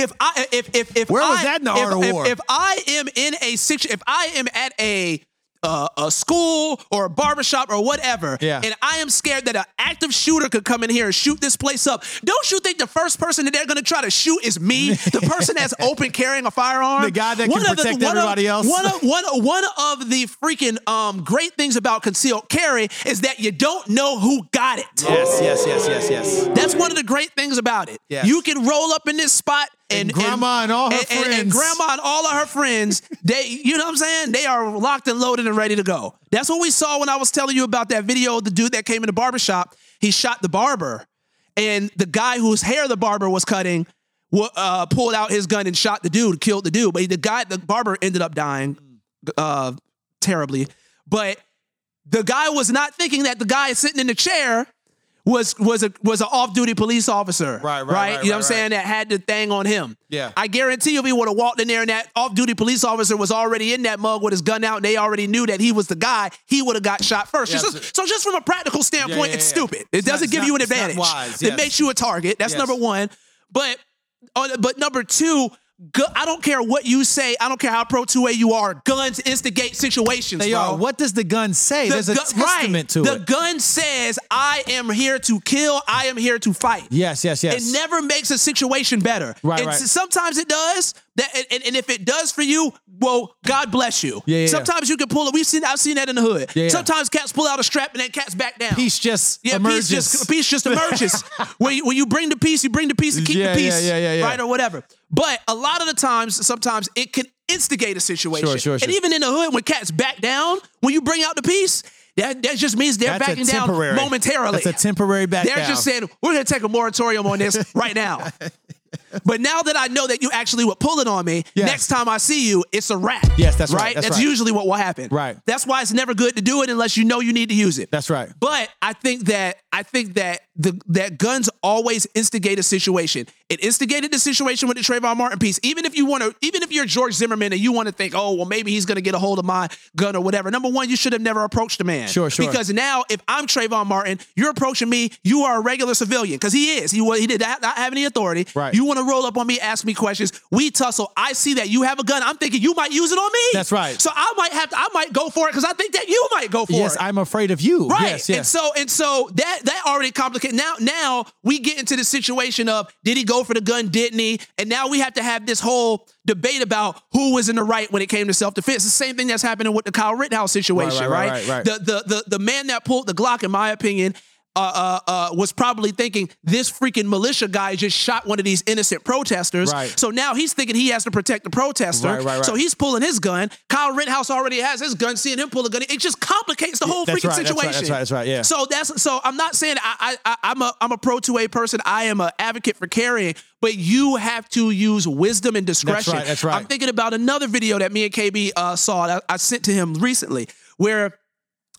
if I if if if Where was I- that in the if, Art of if- War? If I am in a six, if I am at a uh, a school or a barbershop or whatever, Yeah. and I am scared that an active shooter could come in here and shoot this place up. Don't you think the first person that they're gonna try to shoot is me, the person that's open carrying a firearm, The guy that can of protect one of- everybody else. One of, one one of the freaking um, great things about concealed carry is that you don't know who got it. Yes, yes, yes, yes, yes. That's one of the great things about it. Yes. You can roll up in this spot and, And grandma and all her and- and- and friends. grandma and all of her [LAUGHS] friends, they you know what I'm saying? They are locked and loaded and ready to go. That's what we saw when I was telling you about that video of the dude that came in the barbershop. He shot the barber, and the guy whose hair the barber was cutting wa- uh, pulled out his gun and shot the dude, killed the dude. But the guy, the barber ended up dying uh, terribly. But the guy was not thinking that the guy sitting in the chair was was a was an off duty police officer. Right, right, Right. right, you know what I'm right, saying? That had the thing on him. Yeah. I guarantee you if he would have walked in there and that off duty police officer was already in that mug with his gun out and they already knew that he was the guy, he would have got shot first. Yeah, Just- it's- so just from a practical standpoint, yeah, it's yeah. stupid. It It's not- doesn't it's give not- you an it's not advantage. wise, It yes. makes you a target. That's Yes. number one. But uh, but number two, gu- I don't care what you say. I don't care how pro 2A you are. Guns instigate situations. They bro. are. What does the gun say? There's a gu- testament right. to the it. gun says, I am here to kill, I am here to fight. yes, yes, yes. It never makes a situation better. Right, And right. s- Sometimes it does. That and- and, and if it does for you, well, God bless you. Yeah, yeah, yeah. Sometimes you can pull it. We've seen I've seen that in the hood. Yeah, yeah. Sometimes cats pull out a strap and that cat's back down. Peace just Yeah, emerges. peace just peace [LAUGHS] just emerges. when, you, when you bring the peace, you bring the peace and keep Yeah, the yeah, peace, yeah, yeah, yeah. right or whatever. But a lot of the times, sometimes it can instigate a situation. Sure, sure, And sure. even in the hood, when cats back down, when you bring out the peace, that, that just means they're That's a backing down temporary- momentarily. that's a temporary back They're down. just saying we're going to take a moratorium [LAUGHS] on this right now. But now that I know that you actually would pull it on me, Yes. next time I see you, it's a wrap. Yes, that's right, that's right. usually what will happen. Right. That's why it's never good to do it unless you know you need to use it. That's right. But I think that I think that the that guns always instigate a situation. It instigated the situation with the Trayvon Martin piece. Even if you want to, even if you're George Zimmerman and you want to think, oh well, maybe he's going to get a hold of my gun or whatever. Number one, you should have never approached the man. Sure, sure. Because now, if I'm Trayvon Martin, you're approaching me. You are a regular civilian because he is. He wa- he did not, not have any authority. Right. You want to roll up on me, ask me questions. We tussle. I see that you have a gun. I'm thinking you might use it on me. That's right. So I might have to. I might go for it because I think that you might go for yes, it. I'm afraid of you. Right. Yes, yes. And so and so that that already complicated. Now now we get into the situation of did he go for the gun? Didn't he? And now we have to have this whole debate about who was in the right when it came to self defense. The same thing that's happening with the Kyle Rittenhouse situation, Right, right, right? right, right, right. The, the the the man that pulled the Glock, in my opinion. Uh, uh, uh, was probably thinking this freaking militia guy just shot one of these innocent protesters. Right. So now he's thinking he has to protect the protester. Right, right, right. So he's pulling his gun. Kyle Rittenhouse already has his gun. Seeing him pull a gun, it just complicates the whole That's freaking right, that's right, situation. that's right, that's right, yeah. So that's so I'm not saying I, I, I I'm a I'm a pro two A person. I am an advocate for carrying, but you have to use wisdom and discretion. right, that's right. I'm thinking about another video that me and KB uh, saw. That I sent to him recently, where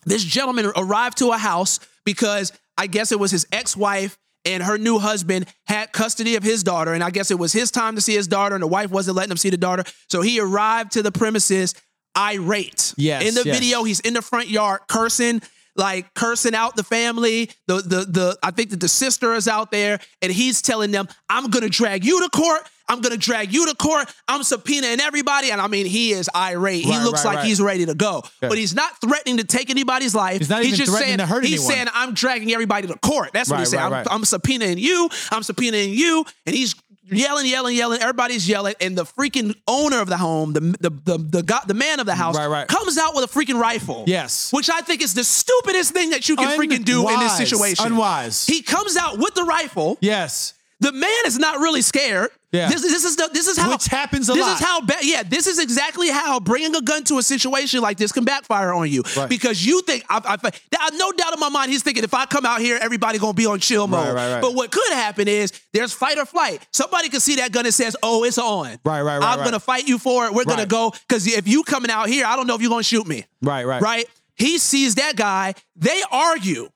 this gentleman arrived to a house because I guess it was his ex-wife and her new husband had custody of his daughter and I guess it was his time to see his daughter and the wife wasn't letting him see the daughter so he arrived to the premises irate Yes, in the yes. video he's in the front yard cursing like cursing out the family the the the I think that the sister is out there and he's telling them I'm going to drag you to court I'm going to drag you to court I'm subpoenaing everybody and I mean he is irate Right, he looks right, like right. he's ready to go but he's not threatening to take anybody's life He's not even just threatening saying, to hurt He's anyone. saying I'm dragging everybody to court. That's what Right, he's saying. right, I'm, right. I'm subpoenaing you. I'm subpoenaing you, and he's yelling, yelling, yelling. Everybody's yelling, and the freaking owner of the home, the the the the, guy- the man of the house, Right, right. comes out with a freaking rifle. Yes. which I think is the stupidest thing that you can freaking do in this Unwise, situation. unwise. He comes out with the rifle. yes. The man is not really scared. Yeah. This, this is the, this is how Which happens a this lot. is how ba- yeah. This is exactly how bringing a gun to a situation like this can backfire on you Right. because you think I, I, I have no doubt in my mind he's thinking if I come out here everybody gonna be on chill mode. right, right. But what could happen is there's fight or flight. Somebody can see that gun and says oh it's on. Right, right, right, I'm right. gonna fight you for it. We're gonna Right. go because if you coming out here I don't know if you're gonna shoot me. Right, right. Right. He sees that guy. They argue.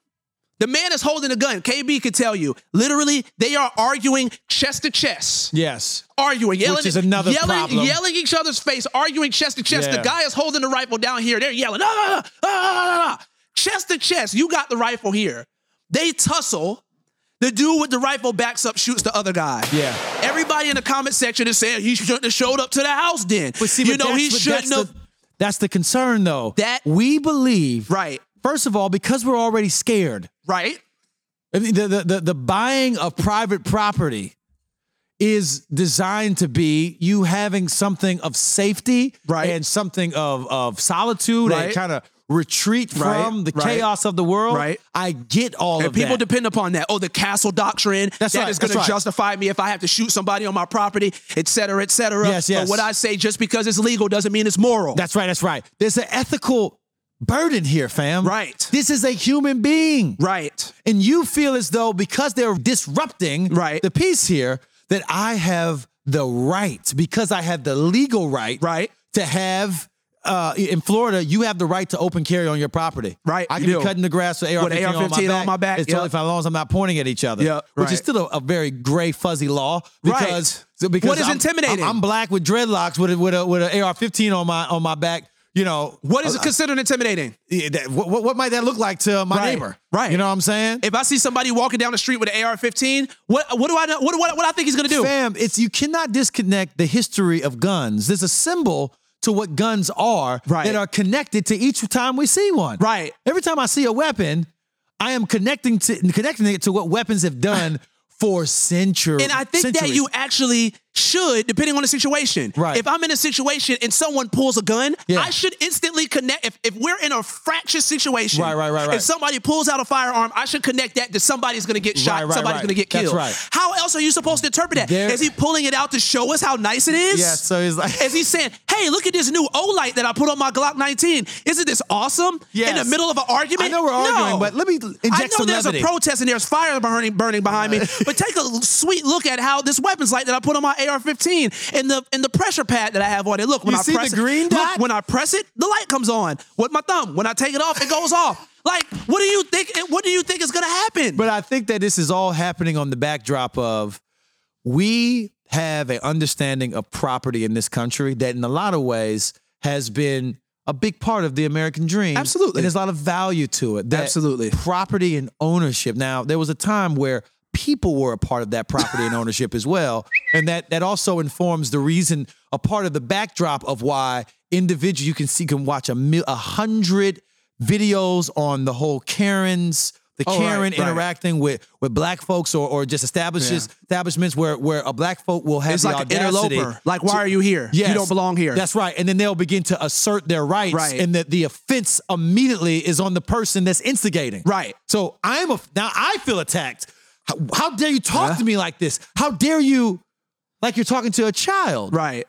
The man is holding a gun. KB could tell you. Literally, they are arguing chest to chest. Yes. Arguing, yelling, is another yelling, problem. yelling each other's face, arguing chest to chest. Yeah. The guy is holding the rifle down here. They're yelling, ah, ah, ah, ah, ah, ah. chest to chest. You got the rifle here. They tussle. The dude with the rifle backs up, shoots the other guy. Yeah. Everybody in the comment section is saying he shouldn't have showed up to the house then. But see, you but know, that's he what- shouldn't that's have. The, that's the concern, though. That- we believe, right, First of all, because we're already scared. right. I mean, the, the, the, the buying of private property is designed to be you having something of safety Right. and something of, of solitude and Right. kind of retreat Right, from the right, chaos of the world. right. I get all And of people that. depend upon that. Oh, the castle doctrine. That's that right, is going that's right. to justify me if I have to shoot somebody on my property, et cetera, et cetera. Yes, yes. But what I say, just because it's legal doesn't mean it's moral. that's right. That's right. There's an ethical burden here, fam. Right. This is a human being. right. And you feel as though because they're disrupting Right. the peace here, that I have the right, because I have the legal right, Right. to have. Uh, in Florida, you have the right to open carry on your property. Right, I you can be do. cutting the grass with AR-15, With AR-15 on, my back. It's yep. totally fine as long as I'm not pointing at each other. Yep, which is right. still a, a very gray, fuzzy law Right. because so because What is I'm- intimidating? I'm, I'm black with dreadlocks with a, with a with an AR-15 on my on my back. You know What is considered intimidating? yeah, that- what, what what might that look like to my Right, neighbor? right. You know what I'm saying? If I see somebody walking down the street with an AR-15, what what do I know? What what, what I think he's going to do? Fam, it's you cannot disconnect the history of guns. There's a symbol to what guns are Right. that are connected to each time we see one. Right. Every time I see a weapon, I am connecting to connecting it to what weapons have [LAUGHS] done for centuries. And I think that centuries. you actually should, depending on the situation. Right. If I'm in a situation and someone pulls a gun, Yeah. I should instantly connect. If, if we're in a fractious situation, Right, right, right, right. If somebody pulls out a firearm, I should connect that to somebody's going to get shot. Right, right, somebody's right. going to get That's killed. right. How else are you supposed to interpret that? Is There- he pulling it out to show us how nice it is? Yeah, so he's like Is he saying, "Hey, look at this new O light that I put on my Glock 19? Isn't this awesome?" In Yes. the middle of an argument, [LAUGHS] I know we're arguing, No. but let me inject I know some there's levity. a protest and there's fire burning, burning behind me, but take a sweet look at how this weapon's light that I put on my AR-15 and the and the pressure pad that I have on it. Look, when You I see press the it, green look, dot? when I press it, the light comes on with my thumb. When I take it off, it goes off. Like, what do you think? What do you think is gonna happen? But I think that this is all happening on the backdrop of we have an understanding of property in this country that, in a lot of ways, has been a big part of the American dream. Absolutely. And there's a lot of value to it. that Absolutely. Property and ownership. Now, there was a time where people were a part of that [LAUGHS] property and ownership as well. And that that also informs the reason, a part of the backdrop of why individual you can see can watch a, mil, a hundred videos on the whole Karen's the Oh, right, Karen right. interacting with with black folks or or just establishes establishments where where a black folk will have it's the like an audacity. interloper. Like, why are you here? Yes. You don't belong here. That's right. And then they'll begin to assert their rights, Right. and that the offense immediately is on the person that's instigating. Right. So I'm a now I feel attacked. How, how dare you talk to me like this? How dare you, like you're talking to a child? right.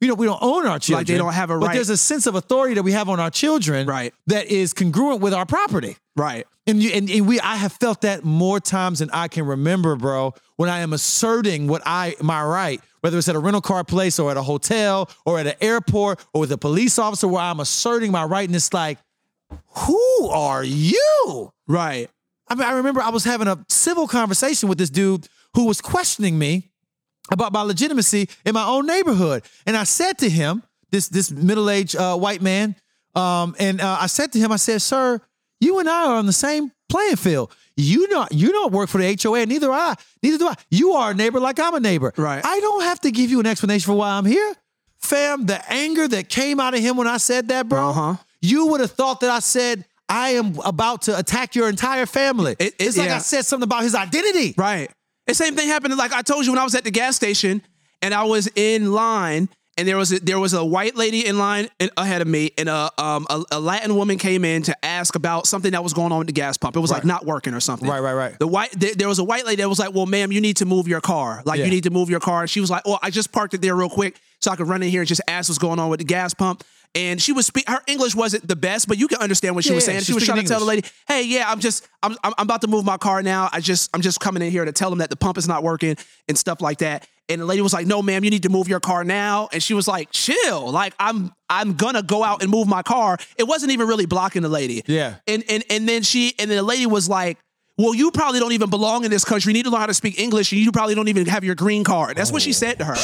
You know, we don't own our children. they don't have a But right. there's a sense of authority that we have on our children, Right. That is congruent with our property. Right. And, you, and and we I have felt that more times than I can remember, bro. When I am asserting what I my right, whether it's at a rental car place or at a hotel or at an airport or with a police officer, where I'm asserting my right, and it's like, who are you? Right. I mean, I remember I was having a civil conversation with this dude who was questioning me about my legitimacy in my own neighborhood, and I said to him, this this middle aged uh, white man, um, and uh, I said to him, I said, "Sir, you and I are on the same playing field. You not you don't work for the HOA, and neither I, neither do I. You are a neighbor like I'm a neighbor. Right. I don't have to give you an explanation for why I'm here, fam. The anger that came out of him when I said that, bro. Uh-huh. You would have thought that I said." I am about to attack your entire family. It- it- it's like I yeah. said something about his identity. Right. The same thing happened. Like I told you, when I was at the gas station and I was in line, and there was a, there was a white lady in line in- ahead of me, and a, um, a a Latin woman came in to ask about something that was going on with the gas pump. It was like not working or something. Right, right, right. The white there, there was a white lady that was like, "Well, ma'am, you need to move your car. Like Yeah. you need to move your car." And she was like, "Well, I just parked it there real quick so I could run in here and just ask what's going on with the gas pump." And she was speak. Her English wasn't the best, but you can understand what she Yeah, was yeah, saying. she's She was trying speaking to tell the English. lady lady, "Hey, yeah, I'm just I'm I'm I'm about to move my car now. I just I'm just coming in here to tell them that the pump is not working and stuff like that." And the lady was like, "No, ma'am, you need to move your car now." And she was like, "Chill. Like I'm I'm gonna go out and move my car." It wasn't even really blocking the lady. Yeah. And and and then she and then the lady was like, "Well, you probably don't even belong in this country. You need to learn how to speak English, and you probably don't even have your green card." That's Oh, what she said to her.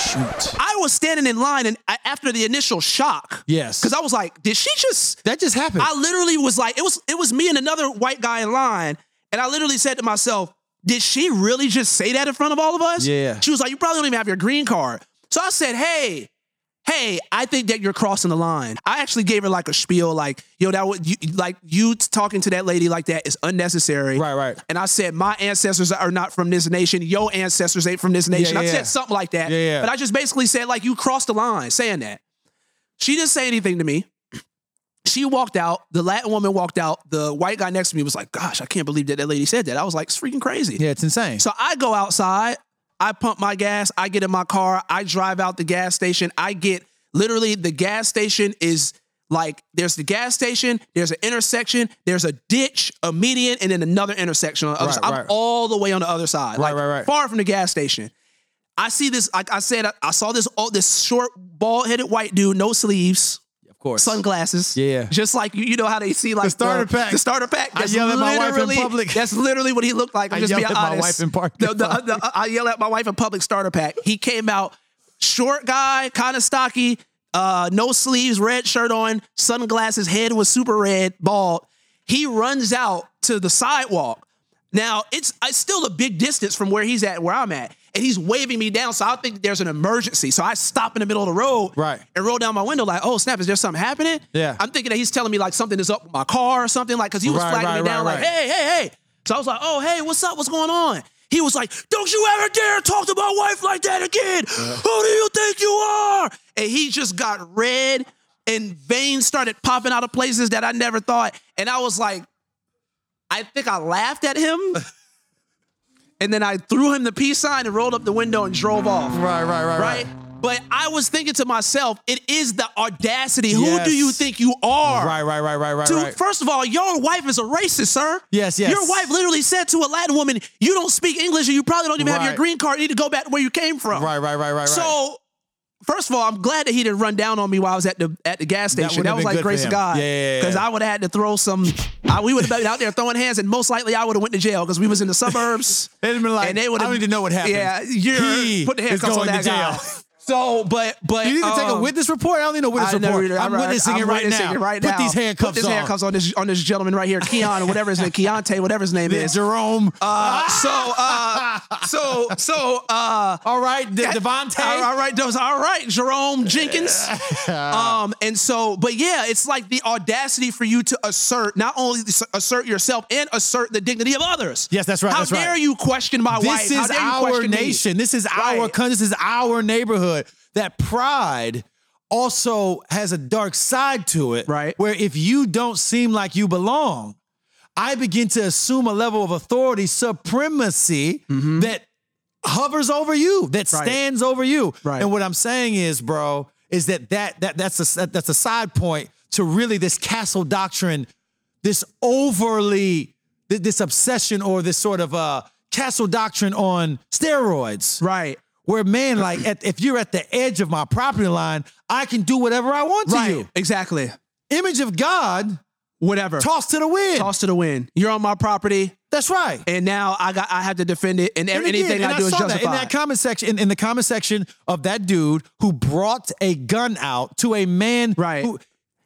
I was standing in line, and I, after the initial shock, Yes. because I was like, "Did she just?" That just happened. I literally was like, it was it was me and another white guy in line, and I literally said to myself, did she really just say that in front of all of us? Yeah. She was like, you probably don't even have your green card. So I said, hey, hey, I think that you're crossing the line. I actually gave her like a spiel, like, yo, that would you, like you talking to that lady like that is unnecessary. Right, right. And I said, my ancestors are not from this nation. Your ancestors ain't from this nation. yeah, I yeah. said something like that. Yeah, yeah. But I just basically said, like, you crossed the line saying that. She didn't say anything to me. She walked out. The Latin woman walked out. The white guy next to me was like, "Gosh, I can't believe that that lady said that." I was like, "It's freaking crazy." Yeah, it's insane. So I go outside, I pump my gas, I get in my car, I drive out the gas station. I get literally the gas station is like there's the gas station, there's an intersection, there's a ditch, a median, and then another intersection. On the other Right, side. I'm right. all the way on the other side, Right, like right, right. far from the gas station. I see this, like I said, I, I saw this oh, this short, bald headed white dude, no sleeves, of course. sunglasses. Yeah. Just like you, you know how they see like the starter pack. The starter pack. I yell at my wife in literally- public. That's literally what he looked like. I'm I just yelled being at my honest. wife in park- The- the- the- uh, I yell at my wife in public. Starter pack. He came out short guy, kind of stocky, uh, no sleeves, red shirt on, sunglasses. Head was super red, bald. He runs out to the sidewalk. Now it's it's still a big distance from where he's at, where I'm at, and he's waving me down. So I think there's an emergency. So I stop in the middle of the road, Right. and roll down my window like, oh snap, is there something happening? Yeah. I'm thinking that he's telling me like something is up with my car or something like because he was Right, flagging right, me down right, like, right. hey, hey, hey. So I was like, oh hey, what's up? What's going on? He was like, don't you ever dare talk to my wife like that again. Who do you think you are? And he just got red and veins started popping out of places that I never thought. And I was like, I think I laughed [LAUGHS] at him. and then I threw him the peace sign and rolled up the window and drove off Right, right, right, right? But I was thinking to myself, it is the audacity. Who Yes. do you think you are? Right, right, right, right, right, Dude, right. first of all, your wife is a racist, sir. Yes, yes. Your wife literally said to a Latin woman, "You don't speak English, and you probably don't even have your Right. green card. You need to go back to where you came from." Right, right, right, right, right. So, first of all, I'm glad that he didn't run down on me while I was at the at the gas That station. would've That, was been like good for grace him. of God. Yeah, yeah, yeah. Because I would have had to throw some. I, we would have been out there throwing hands, and most likely I would have went to jail because we was in the [LAUGHS] suburbs. They'd have been like, and they would "I don't even know what happened. Yeah, you're He put the is handcuffs on going that to guy. jail. [LAUGHS] So, but but You need to take a um, witness report. I don't need no witness I know report. you're- I'm witnessing it right witnessing now. it right Put now. these handcuffs Put these on. handcuffs on this on this gentleman right here, Keon or whatever his [LAUGHS] name, Keontae, whatever his name is. Jerome. Uh, so uh, so so uh, all right, De- Devontae. all right, all right, those, all right, [LAUGHS] Jerome Jenkins. um, and so, but yeah, it's like the audacity for you to assert not only s- assert yourself and assert the dignity of others. Yes, that's right, How that's right. dare you question my wife? This How is dare you our question me? nation. This is our Right. country. This is our neighborhood. That pride also has a dark side to it, Right. Where if you don't seem like you belong, I begin to assume a level of authority, supremacy that hovers over you, that Mm-hmm. Right. stands over you. Right. And what I'm saying is, bro, is that that that that's a that's a side point to really this castle doctrine, this overly th- this obsession or this sort of uh castle doctrine on steroids. Right. Where man, like at, if you're at the edge of my property line, I can do whatever I want to Right. you. Exactly. Image of God Whatever. tossed to the wind. Toss to the wind. You're on my property, That's right. and now I got I have to defend it, and, And anything again, and I do is saw justified. that in that comment section in, in the comment section of that dude who brought a gun out to a man Right. who,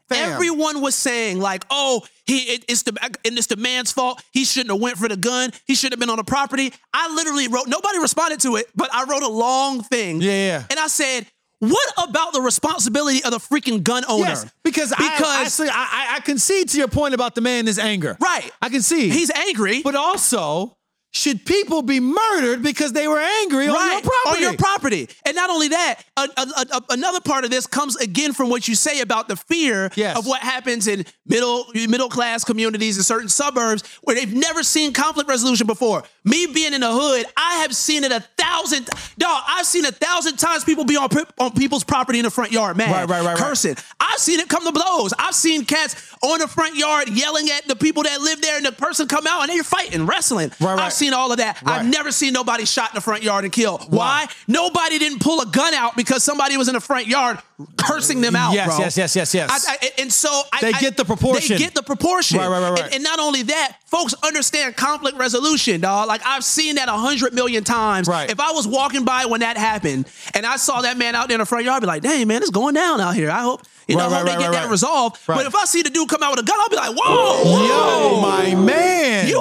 Fam. Everyone was saying like, "Oh, he it, it's the and it's the man's fault. He shouldn't have went for the gun. He should have been on the property." I literally wrote. Nobody responded to it, but I wrote a long thing. Yeah, yeah. And I said, "What about the responsibility of the freaking gun owner?" Yes, because, I, I, because see- I, I, I concede to your point about the man in his anger. Right. I concede. he's angry. but also, should people be murdered because they were angry on your property? On your property. And not only that, a, a, a- a- another part of this comes again from what you say about the fear Yes. of what happens in middle middle class communities in certain suburbs where they've never seen conflict resolution before. Me being in the hood, I have seen it a thousand dog. I've seen a thousand times people be on pe- on people's property in the front yard, man, Right, right, right, right. cursing. I've seen it come to blows. I've seen cats on the front yard yelling at the people that live there, and the person come out and they're fighting, wrestling. Right, right. I've seen all of that. Right. I've never seen nobody shot in the front yard and killed. Why? Nobody didn't pull a gun out because somebody was in the front yard cursing them out. Yes, bro. yes, yes, yes, yes. I- I- and so I, They I- get the proportion. They get the proportion. Right, right, right, right. And, and not only that, Folks understand conflict resolution, dog. Like I've seen that a hundred million times. Right. If I was walking by when that happened and I saw that man out there in the front yard, I'd be like, dang man, it's going down out here. I hope you know Right, I right, hope they right, get right, that right. resolved. But Right. if I see the dude come out with a gun, I'll be like, whoa, whoa. Yo, my man. You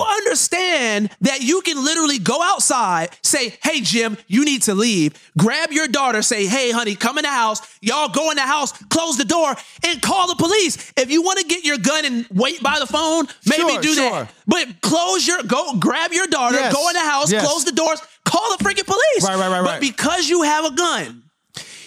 understand that you can literally go outside, say, hey, Jim, you need to leave. Grab your daughter, say, hey, honey, come in the house. Y'all go in the house, close the door, and call the police. If you want to get your gun and wait by the phone, maybe Sure, do sure. that. But close your, go grab your daughter, Yes, go in the house, yes. close the doors, call the freaking police. Right, right, right, But right. because you have a gun,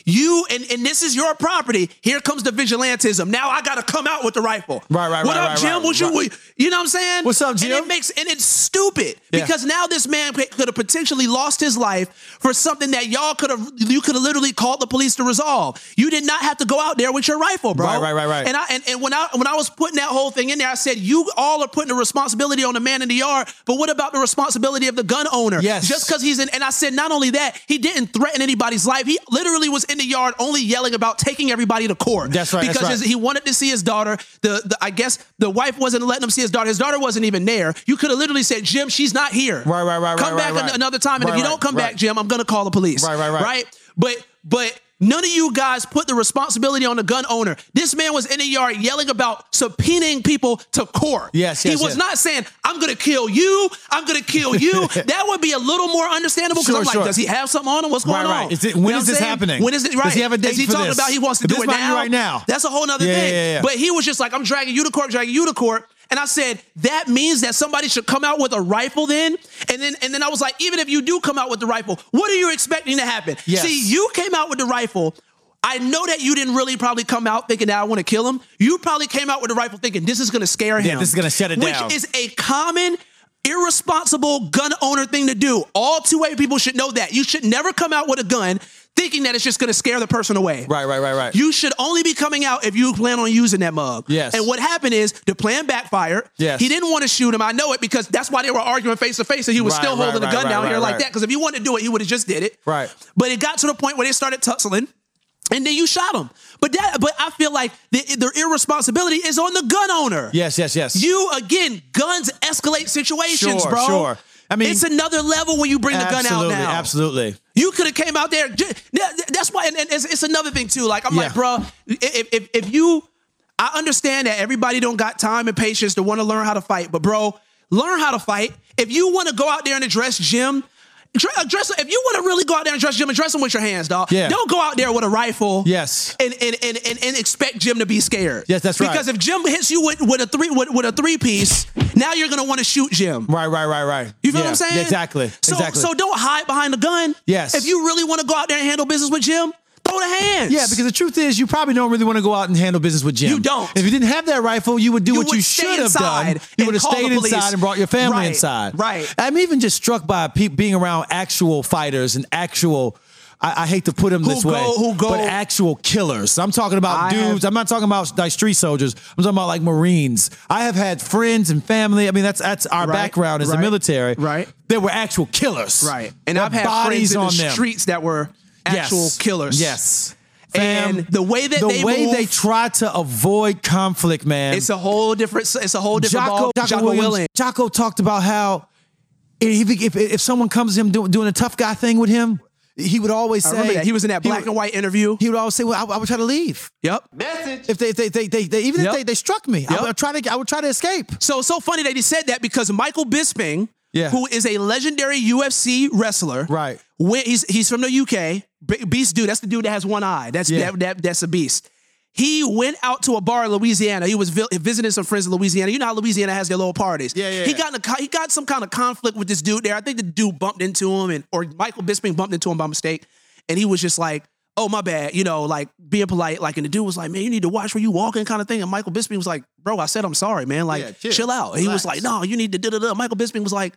you and, and this is your property. Here comes the vigilantism. Now I gotta come out with the rifle. Right, right, What right, up, right, Jim? right, what you right. what- you know what I'm saying? What's up, And Jim? it makes and it's stupid Yeah. because now this man could have potentially lost his life for something that y'all could have you could have literally called the police to resolve. You did not have to go out there with your rifle, bro. Right, right, right, right. And I and, and when I when I was putting that whole thing in there, I said you all are putting the responsibility on the man in the yard, but what about the responsibility of the gun owner? Yes. Just because he's in and I said not only that, he didn't threaten anybody's life. He literally was in the yard only yelling about taking everybody to court. That's right, that's Because right. his- he wanted to see his daughter. The, the I guess the wife wasn't letting him see his daughter. His daughter wasn't even there. You could have literally said, "Jim, she's not here. Right, right, right, Come right, back right, an- right. another time, and Right, if you right, don't come right. back, Jim, I'm gonna call the police." Right, right, right. Right. But but. None of you guys put the responsibility on the gun owner. This man was in the yard yelling about subpoenaing people to court. Yes, he yes, was yes. not saying, "I'm going to kill you. I'm going to kill [LAUGHS] you." that would be a little more understandable because Sure, I'm like, sure. "Does he have something on him? What's Right, going right. on? Is it- You when know is what I'm this saying? happening? When is it right? Does he have a date Is he for talking this? about he wants to If do this it might be now? right now. That's a whole nother Yeah, thing. yeah, yeah, yeah. But he was just like, I'm dragging you to court, dragging you to court. And I said, that means that somebody should come out with a rifle then. And then and then I was like, even if you do come out with the rifle, what are you expecting to happen? Yes. See, you came out with the rifle. I know that you didn't really probably come out thinking that I want to kill him. You probably came out with the rifle thinking this is going to scare him. this is gonna shut it which down. Which is a common irresponsible gun owner thing to do. All two-way people should know that. You should never come out with a gun thinking that it's just going to scare the person away. Right, right, right, right. You should only be coming out if you plan on using that mug. Yes. And what happened is the plan backfired. Yes. He didn't want to shoot him. I know it because that's why they were arguing face to face and he was Right, still right, holding the right, gun right, down right, here like right. that because if he wanted to do it, he would have just did it. Right. But it got to the point where they started tussling. And then you shot him, but that. But I feel like the, their irresponsibility is on the gun owner. yes, yes, yes. You again, guns escalate situations, Sure, bro. sure. I mean- it's another level when you bring the gun out absolutely, now. absolutely. You could have came out there. ju- that- That's why, and and it's, it's another thing too. Like I'm like, Yeah. bro, if, if if you, I understand that everybody don't got time and patience to want to learn how to fight, but bro, learn how to fight. If you want to go out there and address Jim. dre- Address if you want to really go out there and address Jim, address him with your hands, dog. Yeah. Don't go out there with a rifle. Yes. And and, and, and and expect Jim to be scared. Yes, that's right. Because if Jim hits you with, with a three with, with a three piece, now you're gonna want to shoot Jim. Right, right, right, right. You feel Yeah, what I'm saying? Exactly. So exactly. so don't hide behind the gun. Yes. If you really want to go out there and handle business with Jim, throw the hands. Yeah, because the truth is, you probably don't really want to go out and handle business with Jim. You don't. If you didn't have that rifle, you would do You what would you stay should have inside done. You and would have call stayed the police. inside and brought your family Right, inside. right. I'm even just struck by pe- being around actual fighters and actual. I, I hate to put them this go- way, who go- but actual killers. I'm talking about I dudes. have- I'm not talking about like street soldiers. I'm talking about like Marines. I have had friends and family. I mean, that's that's our Right, background as the right, military. right. There were actual killers. Right. And Their I've had bodies friends in on the them. streets that were actual Yes. killers. Yes. And the way that the they way move- they try to avoid conflict, man. It's a whole different it's a whole different ball. Jocko Williams- Willink. Jocko talked about how if, he- if, if someone comes to him do, doing a tough guy thing with him, he would always I say remember that. He was in that black would- and white interview. He would always say, "Well, I, I would try to leave yep. if they if they, they, they, they even Yep. if they, they struck me. I Yep. would try to I would try to escape." So it's so funny that he said that because Michael Bisping, Yeah. who is a legendary UFC wrestler, Right. When he's he's from the UK, Be- beast dude. That's the dude that has one eye. That's Yeah. that, that that's a beast. He went out to a bar in Louisiana. He was vi- visiting some friends in Louisiana. You know how Louisiana has their little parties. Yeah, yeah, He yeah. got in a, co- he got some kind of conflict with this dude there. I think the dude bumped into him, and or Michael Bisping bumped into him by mistake, and he was just like, "Oh my bad," you know, like being polite. Like, and the dude was like, "Man, you need to watch where you walking," kind of thing. And Michael Bisping was like, "Bro, I said I'm sorry, man. Like, Yeah, chill. chill. out." He was Relax. like, "No, you need to da da da." Michael Bisping was like,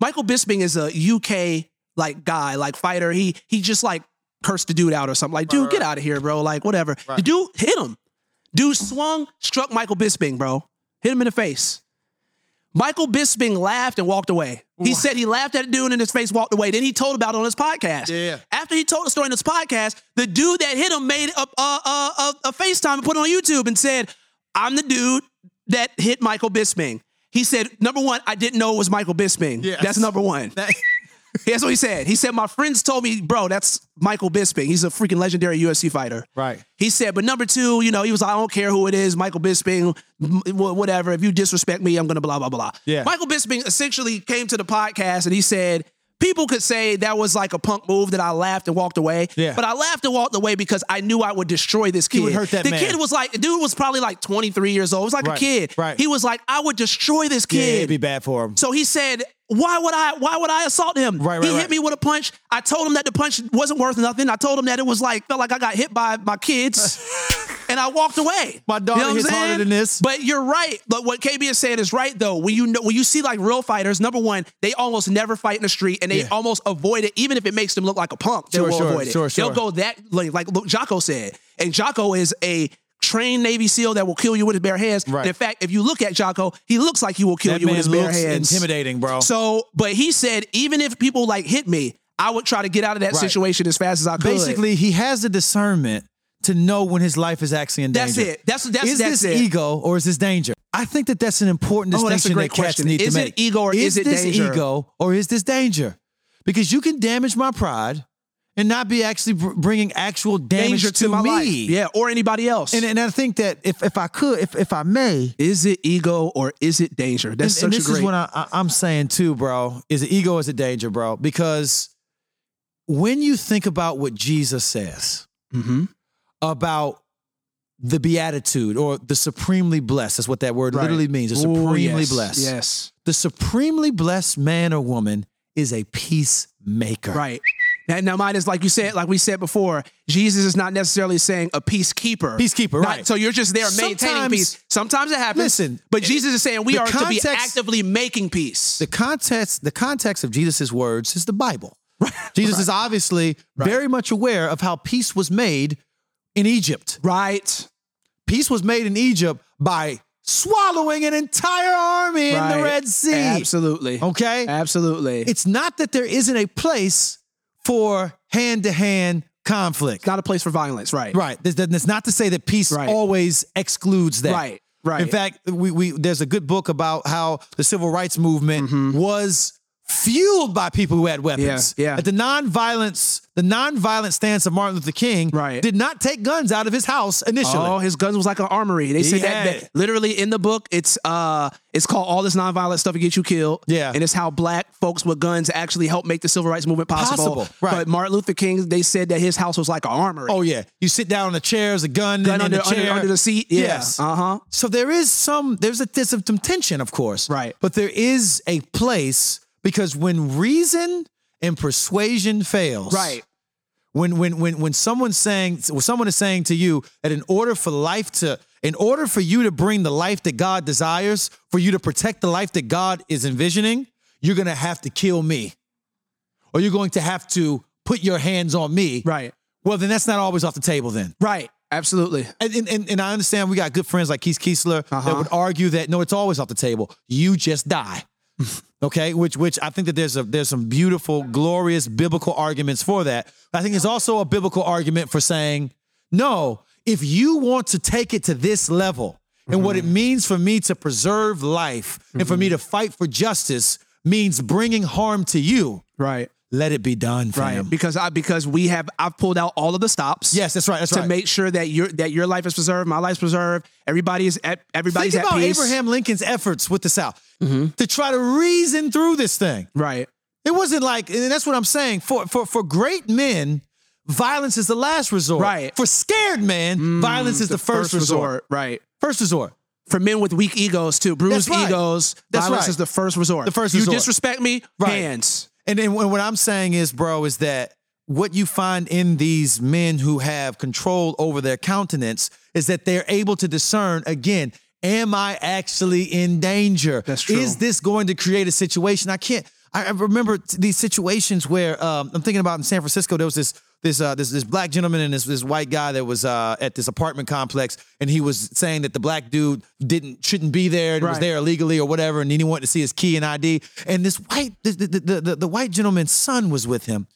Michael Bisping is a UK like guy, like fighter. He he just like cursed the dude out or something. Like, dude, get out of here, bro. Like, whatever. The dude hit him. Dude swung, struck Michael Bisping, bro. Hit him in the face. Michael Bisping laughed and walked away. He said he laughed at the dude in his face, walked away. Then he told about it on his podcast. Yeah. After he told the story on his podcast, the dude that hit him made a, a, a, a, a FaceTime and put it on YouTube and said, I'm the dude that hit Michael Bisping. He said, number one, I didn't know it was Michael Bisping. Yes. That's number one. [LAUGHS] That- That's what he said. He said, My friends told me, bro, that's Michael Bisping. He's a freaking legendary UFC fighter. Right. He said, But number two, you know, he was like, I don't care who it is, Michael Bisping, m- wh- whatever. If you disrespect me, I'm going to blah, blah, blah. Yeah. Michael Bisping essentially came to the podcast and he said, People could say that was like a punk move that I laughed and walked away. Yeah. But I laughed and walked away because I knew I would destroy this kid. would hurt that the man. kid was like, the dude was probably like 23 years old. It was like Right, a kid. right. He was like, I would destroy this yeah, kid. it'd be bad for him. So he said, "Why would I? Why would I assault him? Right, right, he hit right. me with a punch. I told him that the punch wasn't worth nothing. I told him that it was like felt like I got hit by [LAUGHS] my kids, and I walked away. My daughter what I'm hits harder saying? than this. But you're right. But what KB is saying is right though. When you know, when you see like real fighters, number one, they almost never fight in the street, and they Yeah. almost avoid it, even if it makes them look like a punk. They Sure, will sure, avoid it. sure, sure. They'll go that like, like look, Jocko said, and Jocko is a. Trained Navy SEAL that will kill you with his bare hands. Right. And in fact, if you look at Jocko, he looks like he will kill That you man with his bare looks hands. intimidating, bro. So, but he said, even if people like hit me, I would try to get out of that Right. situation as fast as I could. Basically, he has the discernment to know when his life is actually in That's danger. it. That's- that's- is that's this it. ego or is this danger? I think that that's an important Oh, distinction that's a great that cats question. need Is to it make. ego or is it this danger? ego or is this danger? Because you can damage my pride and not be actually br- bringing actual damage danger to, my me. life. Yeah, or anybody else. And, and I think that if, if I could, if, if I may, is it ego or is it danger? That's and, and such this a great. is what I, I, I'm saying too, bro. Is the ego is a danger, bro? Because when you think about what Jesus says Mhm. about the beatitude or the supremely blessed, that's what that word Right. literally means. The Ooh, supremely yes, blessed. Yes. The supremely blessed man or woman is a peacemaker. Right. Now, now mine is like you said, like we said before, Jesus is not necessarily saying a peacekeeper. Peacekeeper, Not- right. So you're just there maintaining Sometimes- peace. Sometimes it happens. Listen, but Jesus is saying we the are to context- be actively making peace. The context, the context of Jesus' words is the [LAUGHS] Bible. Jesus is obviously very much aware of how peace was made in Egypt. right. peace was made in Egypt by swallowing an entire army in the Right. Red Sea. Absolutely. Okay? Absolutely. It's It's not that there isn't a place for hand to hand conflict. not a place for violence, right? right. This- That's not to say that peace Right. always excludes that. Right. Right. In fact, we, we there's a good book about how the civil rights movement was fueled by people who had weapons. Mm-hmm. Yeah, yeah. That the nonviolence, the nonviolent stance of Martin Luther King Right. did not take guns out of his house initially. Oh, his guns was like an armory. They said that, had that it. literally in the book. It's uh, it's called all this nonviolent stuff to get you killed. Yeah. and it's how black folks with guns actually helped make the civil rights movement possible. Possible, right. But Martin Luther King, they said that his house was like an armory. Oh yeah, you sit down on a chair, there's a gun, Gun in under, the chair. under, under the seat. Yeah. Yes. Uh huh. so there is some there's a there's some tension, of course. Right. But there is a place because when reason and persuasion fails, Right. When when when when someone's saying when someone is saying to you that in order for life to in order for you to bring the life that God desires, for you to protect the life that God is envisioning, you're gonna have to kill me. Or you're going to have to put your hands on me. Right. Well, then that's not always off the table then. Right. Absolutely. And, and, and, and I understand we got good friends like Keith Keesler that would argue that no, it's always off the table. You just die. okay, which which I think that there's a there's some beautiful, glorious biblical arguments for that. But I think there's also a biblical argument for saying, no, if you want to take it to this level and what it means for me to preserve life and for me to fight for justice means bringing harm to you, Right. let it be done, Right. fam. Because I because we have I've pulled out all of the stops. Yes, that's right. That's to right. make sure that your that your life is preserved, my life's preserved, everybody is at everybody's Think about at peace. Mm-hmm. Abraham Lincoln's efforts with the South to try to reason through this thing. Right. It wasn't like, and that's what I'm saying. For for for great men, violence is the last resort. Right. Mm, For scared men, violence is the, first, resort. Right. First resort. For men with weak egos too, bruised right. egos, That's violence right. is the first resort. The first you resort. disrespect me, Right. hands. And then what what I'm saying is, bro, is that what you find in these men who have control over their countenance is that they're able to discern again. Am I actually in danger? That's true. Is this going to create a situation? I can't. I I remember t- these situations where um, I'm thinking about in San Francisco. There was this this uh, this this black gentleman and this this white guy that was uh, at this apartment complex, and he was saying that the black dude didn't shouldn't be there. and Was Right. there illegally or whatever, and then he wanted to see his key and ID. And this white, the, the, the, the, the white gentleman's son was with him,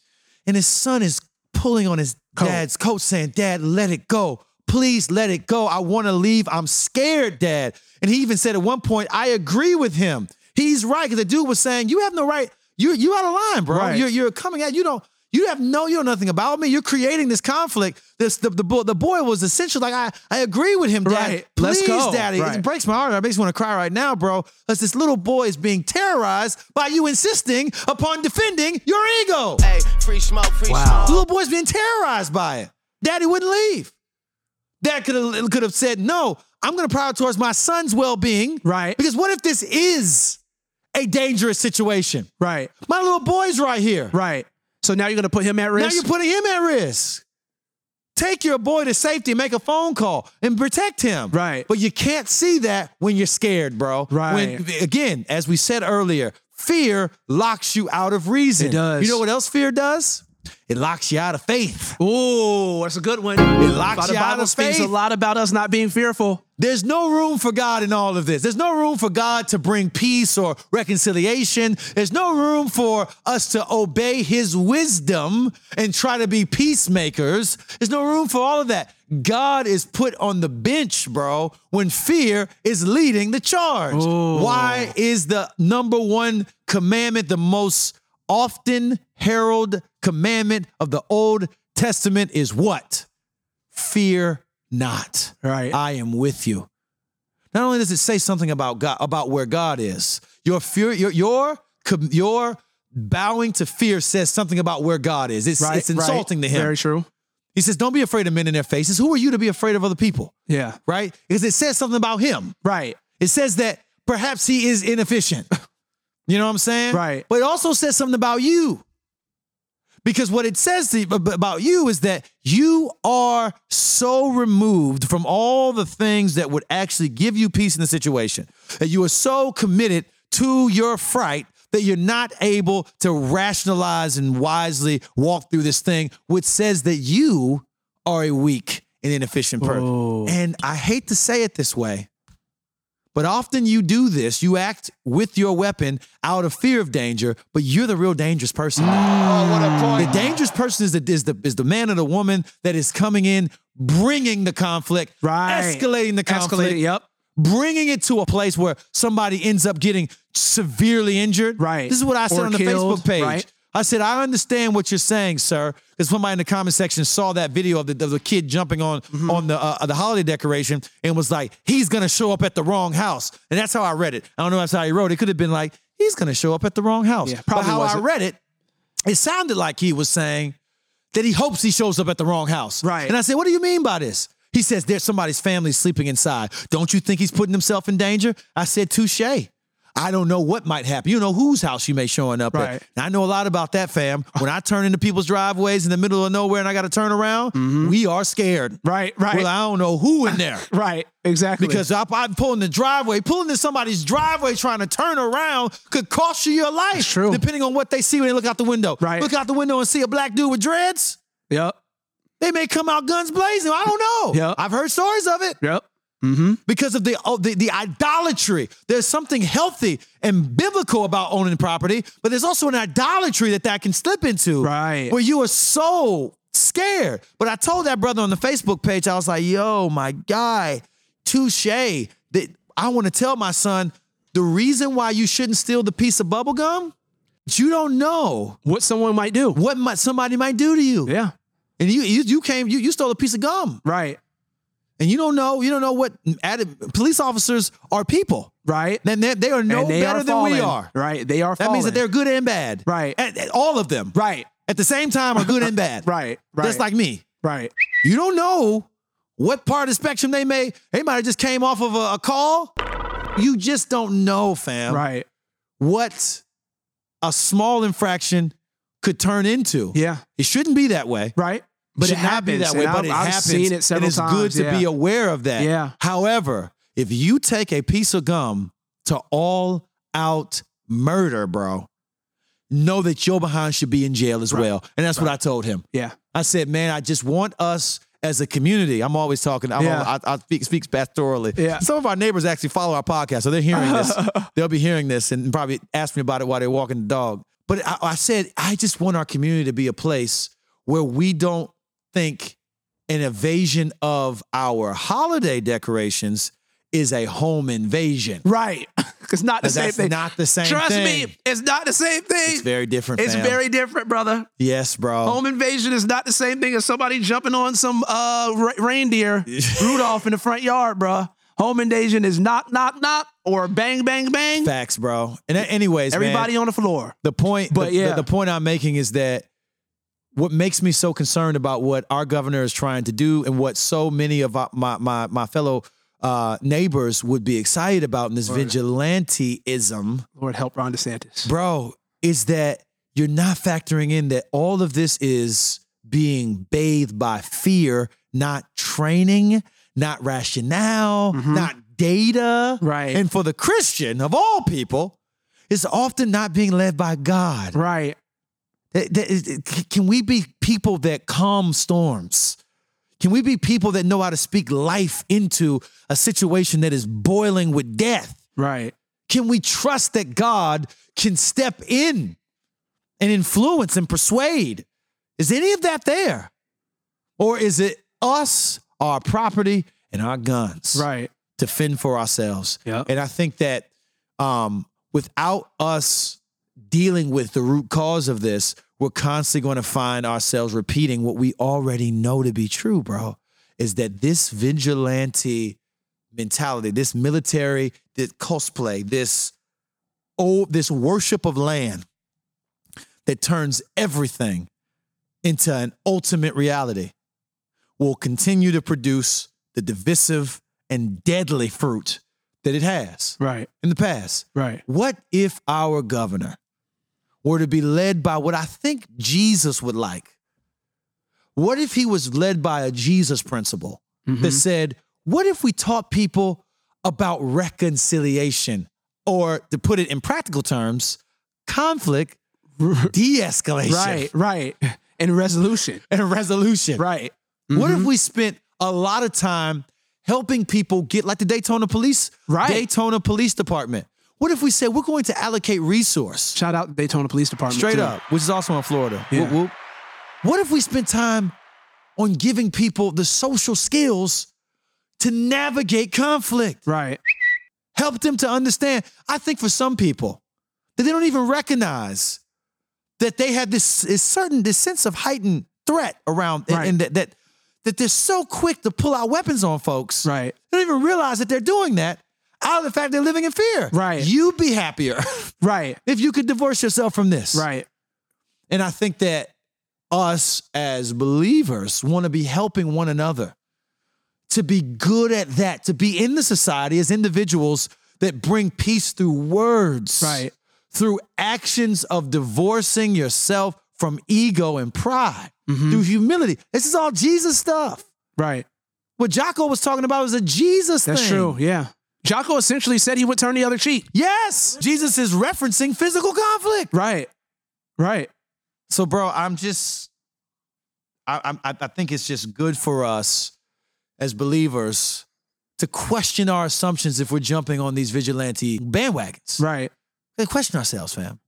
and his son is pulling on his dad's coat, saying, "Dad, let it go, Please let it go. I want to leave. I'm scared, dad. And he even said at one point, I agree with him. He's right. Cause the dude was saying, you have no right. You, you out of line, bro. Right. You're, you're coming at, you don't, you have no, you know nothing about me. You're creating this conflict. This, the, the, boy, the boy was essentially like, I, I agree with him, dad. Right. Please, Let's go. daddy. It Right. breaks my heart. I basically want to cry right now, bro. Because this little boy is being terrorized by you insisting upon defending your ego. Hey, free smoke, free The smoke. little boy's being terrorized by it. Daddy wouldn't leave. Dad could have could have said, "No, I'm going to prioritize my son's well-being." Right. Because what if this is a dangerous situation? Right. My little boy's right here. Right. So now you're gonna put him at Now risk. you're putting him at risk. Take your boy to safety, make a phone call, and protect him. Right. But you can't see that when you're scared, bro. Right. When, again, as we said earlier, fear locks you out of reason. It does. You know what else fear does? It locks you out of faith. Ooh, that's a good one. locks the you out Bible of speaks a faith. lot about us not being fearful. There's no room for God in all of this. There's no room for God to bring peace or reconciliation. There's no room for us to obey his wisdom and try to be peacemakers. There's no room for all of that. God is put on the bench, bro, when fear is leading the charge. Why is the number one commandment the most often herald commandment of the Old Testament is what? Fear not. Right. I am with you. Not only does it say something about God, about where God is, your fear, your your com- your bowing to fear says something about where God is. It's, Right. it's insulting right. to him. Very true. he says, "Don't be afraid of men in their faces. Who are you to be afraid of other people?" Yeah. Right? Because it says something about him. Right. It says that perhaps he is inefficient. [LAUGHS] You know what I'm saying? Right. But it also says something about you. Because what it says to, ab- about you is that you are so removed from all the things that would actually give you peace in the situation, that you are so committed to your fright that you're not able to rationalize and wisely walk through this thing, which says that you are a weak and inefficient person. And I hate to say it this way, but often you do this, you act with your weapon out of fear of danger, but you're the real dangerous person. Oh, The dangerous person is the, is the is the man or the woman that is coming in, bringing the conflict, Right. escalating the conflict, Escalated. Yep. bringing it to a place where somebody ends up getting severely injured. Right. This is what I said Or on the killed, Facebook page. right. I said, I understand what you're saying, sir, because somebody in the comment section saw that video of the, of the kid jumping on Mm-hmm. on the uh, the holiday decoration and was like, he's gonna show up at the wrong house, and that's how I read it. I don't know if that's how he wrote it. It could have been like, he's gonna show up at the wrong house. Yeah, probably but how I wasn't. read it, it sounded like he was saying that he hopes he shows up at the wrong house. Right. And I said, What do you mean by this? He says, There's somebody's family sleeping inside. Don't you think he's putting himself in danger? I said, Touche. I don't know what might happen. You know whose house you may showing up Right. at. And I know a lot about that, fam. When I turn into people's driveways in the middle of nowhere and I got to turn around, we are scared. Mm-hmm. Right. Right. Well, I don't know who in there. right. Exactly. Because I, I'm pulling the driveway, pulling into somebody's driveway, trying to turn around could cost you your life. true. Depending on what they see when they look out the window. Right. Look out the window and see a black dude with dreads. Yep. They may come out guns blazing. I don't know. Yeah. I've heard stories of it Yep. because of the, oh, the the idolatry. There's something healthy and biblical about owning property, but there's also an idolatry that that can slip into. Right. Where you are so scared. But I told that brother on the Facebook page, I was like, yo, my guy, touche. That I want to tell my son the reason why you shouldn't steal the piece of bubble gum, you don't know What someone might do. what might, somebody might do to you. Yeah. And you, you you came, you, you stole a piece of gum Right. and you don't know you don't know what added, police officers are people Right. then they, they are no and they better are than we fallen. are Right. They are that means that fallen. they're good and bad Right. At- at- all of them right. at the same time are good and bad [LAUGHS] Right. Right. just like me right. you don't know what part of the spectrum they may they might have just came off of a, a call you just don't know fam Right. what a small infraction could turn into Yeah. it shouldn't be that way Right. but Should it happens happens, that way. and But I've- it I've happens, seen it several and it's good times, to be yeah. aware of that. Yeah. However, if you take a piece of gum to all out murder, bro, know that your behind should be in jail as well. And that's what I told him. Yeah. I said, man, I just want us as a community. I'm always talking. I'm Yeah. al- I, I speak, speak pastorally. Yeah. Some of our neighbors actually follow our podcast, so they're hearing [LAUGHS] this. They'll be hearing this and probably ask me about it while they're walking the dog. But I, I said, I just want our community to be a place where we don't think an invasion of our holiday decorations is a home invasion. Right. [LAUGHS] it's not the But same that's thing. not the same Trust thing. me, it's not the same thing. It's very different. It's fam. very different, brother. yes, bro. Home invasion is not the same thing as somebody jumping on some uh, re- [LAUGHS] reindeer, Rudolph in the front yard, bruh. Home invasion is knock, knock, knock, or bang, bang, bang. Facts, bro. And a- anyways, man, Everybody on the floor. the point, But the, yeah. the, the point I'm making is that what makes me so concerned about what our governor is trying to do and what so many of our, my my my fellow uh, neighbors would be excited about in this vigilanteism, Lord help Ron DeSantis. bro, is that you're not factoring in that all of this is being bathed by fear, not training, not rationale, not data, Mm-hmm. Right. And for the Christian of all people, it's often not being led by God. Right. That- that is- c- Can we be people that calm storms? Can we be people that know how to speak life into a situation that is boiling with death? Right. Can we trust that God can step in and influence and persuade? Is any of that there? Or is it us, our property, and our guns Right. to fend for ourselves? Yep. And I think that um, without us dealing with the root cause of this, we're constantly going to find ourselves repeating what we already know to be true, bro, is that this vigilante mentality, this military, this cosplay, this oh, this worship of land that turns everything into an ultimate reality will continue to produce the divisive and deadly fruit that it has Right. in the past. Right. What if our governor were to be led by what I think Jesus would like? What if he was led by a Jesus principle that said, what if we taught people about reconciliation? Or to put it in practical terms, conflict de escalation Right. Right. [LAUGHS] And resolution. and resolution. Right. What Mm-hmm. if we spent a lot of time helping people get like the Daytona Police, Right. Daytona Police Department? What if we said we're going to allocate resource Shout out Daytona Police Department. straight too. up, which is also in Florida? Yeah. Whoop, whoop. What if we spent time on giving people the social skills to navigate conflict? Right. Help them to understand. I think for some people that they don't even recognize that they have this is certain this sense of heightened threat around and- Right. and that that that they're so quick to pull out weapons on folks. Right. They don't even realize that they're doing that out of the fact they're living in fear. Right. You'd be happier [LAUGHS] Right. if you could divorce yourself from this. Right. And I think that us as believers want to be helping one another to be good at that, to be in the society as individuals that bring peace through words, Right. through actions of divorcing yourself from ego and pride, Mm-hmm. through humility. This is all Jesus stuff. Right. What Jocko was talking about was a Jesus That's thing. true. Yeah. Jocko essentially said he would turn the other cheek. Yes, Jesus is referencing physical conflict. Right. Right. So, bro, I'm just, I, I'm- I, I think it's just good for us as believers to question our assumptions if we're jumping on these vigilante bandwagons. Right. Like, question ourselves, fam.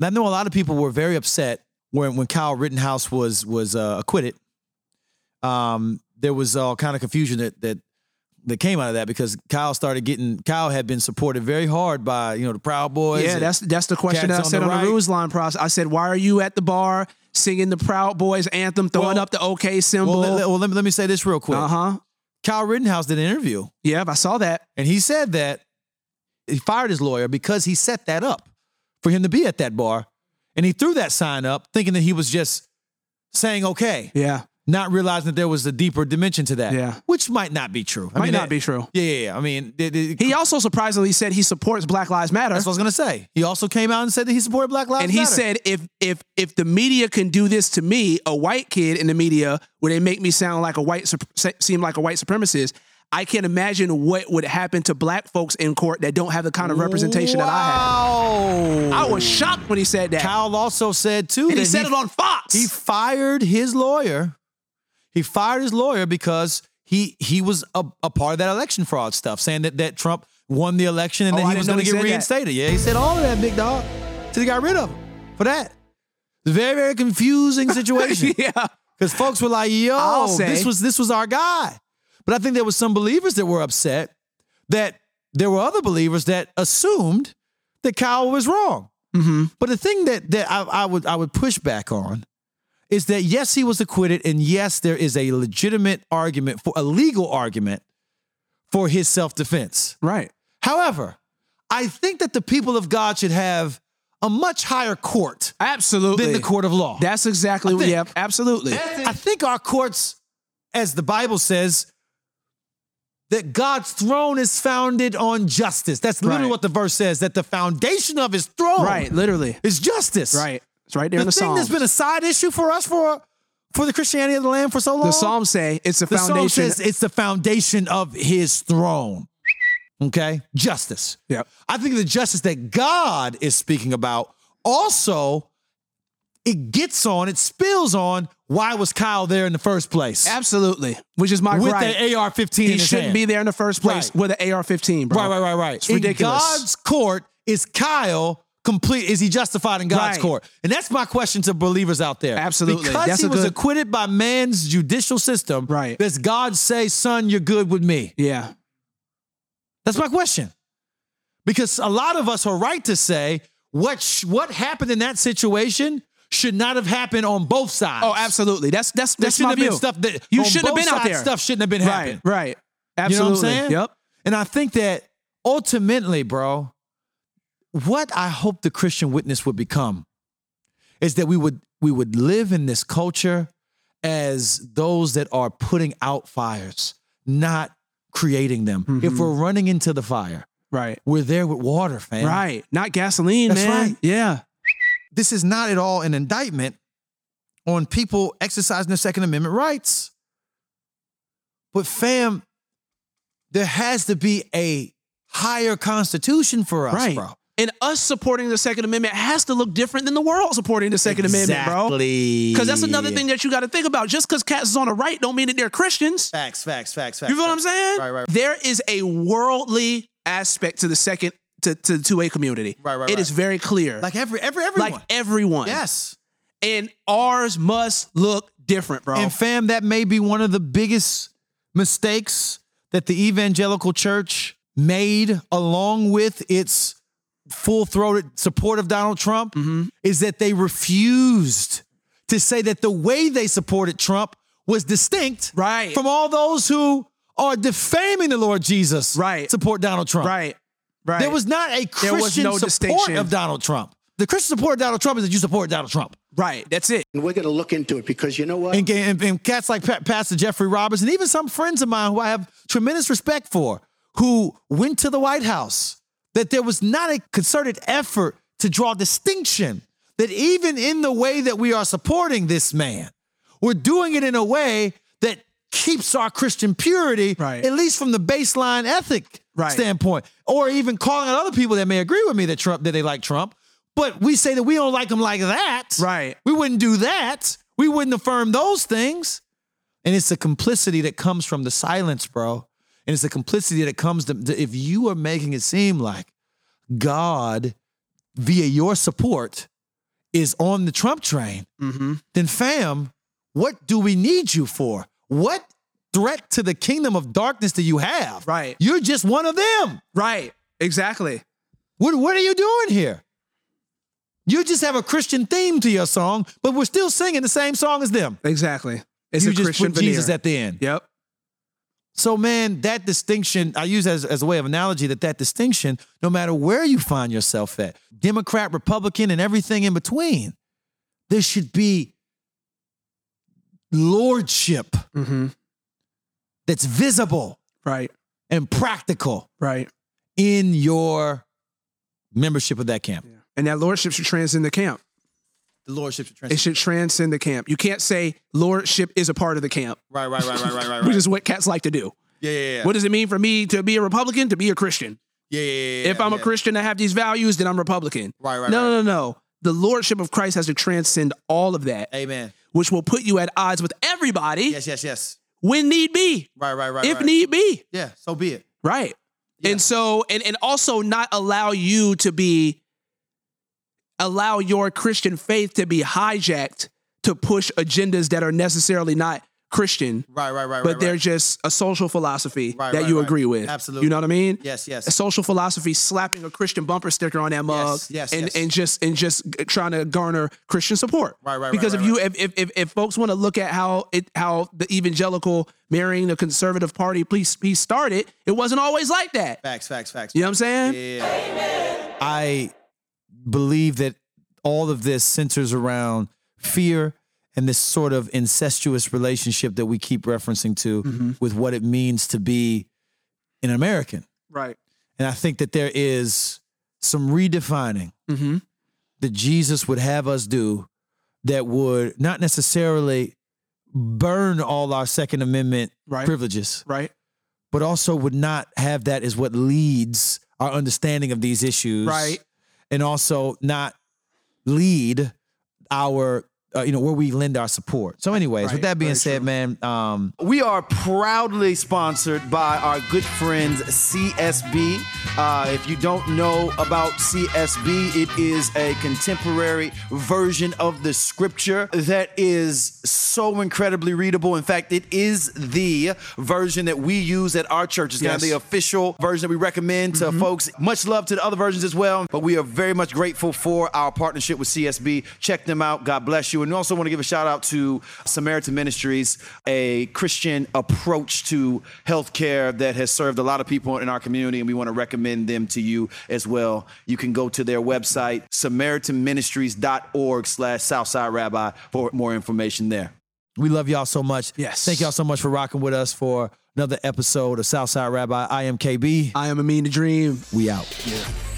And I know a lot of people were very upset when when Kyle Rittenhouse was was uh, acquitted. Um, there was all kind of confusion that that that came out of that because Kyle started getting Kyle had been supported very hard by you know the Proud Boys. Yeah, and- that's that's the Cats question that on I said the on the right. ruse line process. I said, why are you at the bar singing the Proud Boys anthem, throwing Well- up the OK symbol? well. Let, let- well, let me let me say this real quick. uh huh. Kyle Rittenhouse did an interview Yeah, I saw that. and he said that he fired his lawyer because he set that up for him to be at that bar. And he threw that sign up thinking that he was just saying okay, Yeah, not realizing that there was a deeper dimension to that. Yeah. Which might not be true. I might mean, not that- be true. Yeah, yeah, yeah. I mean, it- it- He also surprisingly said he supports Black Lives Matter, that's what I was going to say. He also came out and said that he supported Black Lives and he Matter. said, if if if the media can do this to me, a white kid in the media, where they make me sound like a white sup- se- seem like a white supremacist. I can't imagine what would happen to black folks in court that don't have the kind of representation that I Wow. have. I was shocked when he said that. Kyle also said too and that he said it on Fox. he fired his lawyer. He fired his lawyer because he he was a, a part of that election fraud stuff, saying that that Trump won the election and Oh, then I he didn't was know going to he get said that. reinstated. Yeah, he said all of that, big [LAUGHS] dog. So they got rid of him for that. It's a very very confusing situation. [LAUGHS] yeah. Because folks were like, yo, I'll say- this was this was our guy. But I think there was some believers that were upset that there were other believers that assumed that Kyle was wrong. Mm-hmm. But the thing that that I, I would I would push back on is that yes, he was acquitted, and yes, there is a legitimate argument for a legal argument for his self-defense. Right. However, I think that the people of God should have a much higher court Absolutely. than the court of law. That's exactly I what. think. Yep. Absolutely. I think our courts, as the Bible says, that God's throne is founded on justice. That's literally Right. what the verse says, that the foundation of his throne Right. Literally. is justice. Right. It's right there The, in the thing Psalms. that's been a side issue for us for, for the Christianity of the land for so long. the Psalms say it's a the Psalm foundation. says it's the foundation of his throne. Okay? Justice. Yep. I think the justice that God is speaking about also it gets on, it spills on why was Kyle there in the first place Absolutely. Which is my with right. the AR-15. in he his shouldn't hand. be there in the first place Right. with an AR-15, bro. Right, right, right, right. It's in ridiculous. God's court is Kyle complete? Is he justified in God's Right. court? And that's my question to believers out there. Absolutely. because That's he a was good- acquitted by man's judicial system. Right. Does God say, "Son, you're good with me"? Yeah. That's my question. Because a lot of us are right to say what sh- what happened in that situation should not have happened on both sides. Oh, absolutely. That's that's There that's shouldn't my have view. been stuff that you on shouldn't have both been out sides there. Stuff shouldn't have been right. happening. Right. Absolutely. You know what I'm saying? Yep. And I think that ultimately, bro, what I hope the Christian witness would become is that we would we would live in this culture as those that are putting out fires, not creating them. Mm-hmm. If we're running into the fire, Right. we're there with water, fam. Right. Not gasoline, That's man. right. Yeah. This is not at all an indictment on people exercising their Second Amendment rights. But fam, there has to be a higher constitution for us, right. bro. And us supporting the Second Amendment has to look different than the world supporting the Second Amendment, bro. Exactly. Because that's another thing that you got to think about. Just because cats is on the right, don't mean that they're Christians. Facts, facts, facts, facts. You feel what I'm facts. saying? Right, right. There is a worldly aspect to the second to to the two A community. Right, right, It right. is very clear. Like every every everyone. Like everyone. yes. And ours must look different, bro. And fam, that may be one of the biggest mistakes that the evangelical church made along with its full-throated support of Donald Trump Mm-hmm. is that they refused to say that the way they supported Trump was distinct Right. from all those who are defaming the Lord Jesus Right. support Donald Trump. right. Right. There was not a There Christian was no support distinction. of Donald Trump. The Christian support of Donald Trump is that you support Donald Trump. right. That's it. And we're going to look into it because you know what? and, and, and cats like Pa- Pastor Jeffrey Roberts, and even some friends of mine who I have tremendous respect for, who went to the White House, that there was not a concerted effort to draw distinction. That even in the way that we are supporting this man, we're doing it in a way that keeps our Christian purity, Right. at least from the baseline ethic Right. standpoint, or even calling out other people that may agree with me that Trump that they like Trump, but we say that we don't like him like that. Right. We wouldn't do that. We wouldn't affirm those things. And it's the complicity that comes from the silence, bro. And it's the complicity that comes to, to- if you are making it seem like God, via your support, is on the Trump train, Mm-hmm. then fam, what do we need you for? What threat to the kingdom of darkness do you have? Right. You're just one of them. Right. Exactly. What, what are you doing here? You just have a Christian theme to your song, but we're still singing the same song as them. Exactly. It's you a just Christian put veneer. Jesus at the end. Yep. So, man, that distinction, I use as, as a way of analogy that that distinction, no matter where you find yourself at, Democrat, Republican, and everything in between, there should be lordship that's visible Mm-hmm. Right. and practical Right. in your membership of that camp. And that lordship should transcend the camp. The lordship should It should transcend the camp. You can't say lordship is a part of the camp, Right, right, right, right, right, [LAUGHS] right, which is what cats like to do. Yeah, yeah, yeah. What does it mean for me to be a Republican? To be a Christian. Yeah, yeah, yeah, yeah, if I'm a yeah. Christian, I have these values, then I'm Republican. Right, right, No, no, no, no. The lordship of Christ has to transcend all of that, Amen. which will put you at odds with everybody Yes, yes, yes. when need be, Right, right, right. if right. need be. yeah, so be it. Right. And so and and also not allow you to be allow your Christian faith to be hijacked to push agendas that are necessarily not Christian. Right, right, right, But right, they're right. just a social philosophy Right, that right, you right. agree with. Absolutely. You know what I mean? Yes, yes. A social philosophy slapping a Christian bumper sticker on that mug yes, and, yes. and just and just g- trying to garner Christian support. Right, right, right, Because right, if you If, if, if if folks want to look at how it how the evangelical marrying the conservative party please please started, it wasn't always like that. Facts, facts, facts. You know what I'm saying? I believe that all of this centers around fear and this sort of incestuous relationship that we keep referencing to Mm-hmm. with what it means to be an American. Right. And I think that there is some redefining Mm-hmm. Mhm. that Jesus would have us do that would not necessarily burn all our Second Amendment Right. privileges, Right. but also would not have that as what leads our understanding of these issues. Right. And also not lead our, uh, you know, where we lend our support. So, anyways, with Right, that being very said, true. man, um, We are proudly sponsored by our good friends CSB. Uh, if you don't know about CSB, it is a contemporary version of the scripture that is so incredibly readable. In fact, it is the version that we use at our church. It's kind of Yes. the official version that we recommend to folks. Much love to the other versions as well, but we are very much grateful for our partnership with CSB. Check them out. God bless you. And we also want to give a shout out to Samaritan Ministries, a Christian approach to healthcare that has served a lot of people in our community, and we want to recommend them to you as well. You can go to their website, samaritanministries.org slash Southside Rabbi for more information there. We love y'all so much. Yes. Thank y'all so much for rocking with us for another episode of Southside Rabbi. I am KB. I am a mean to dream. We out.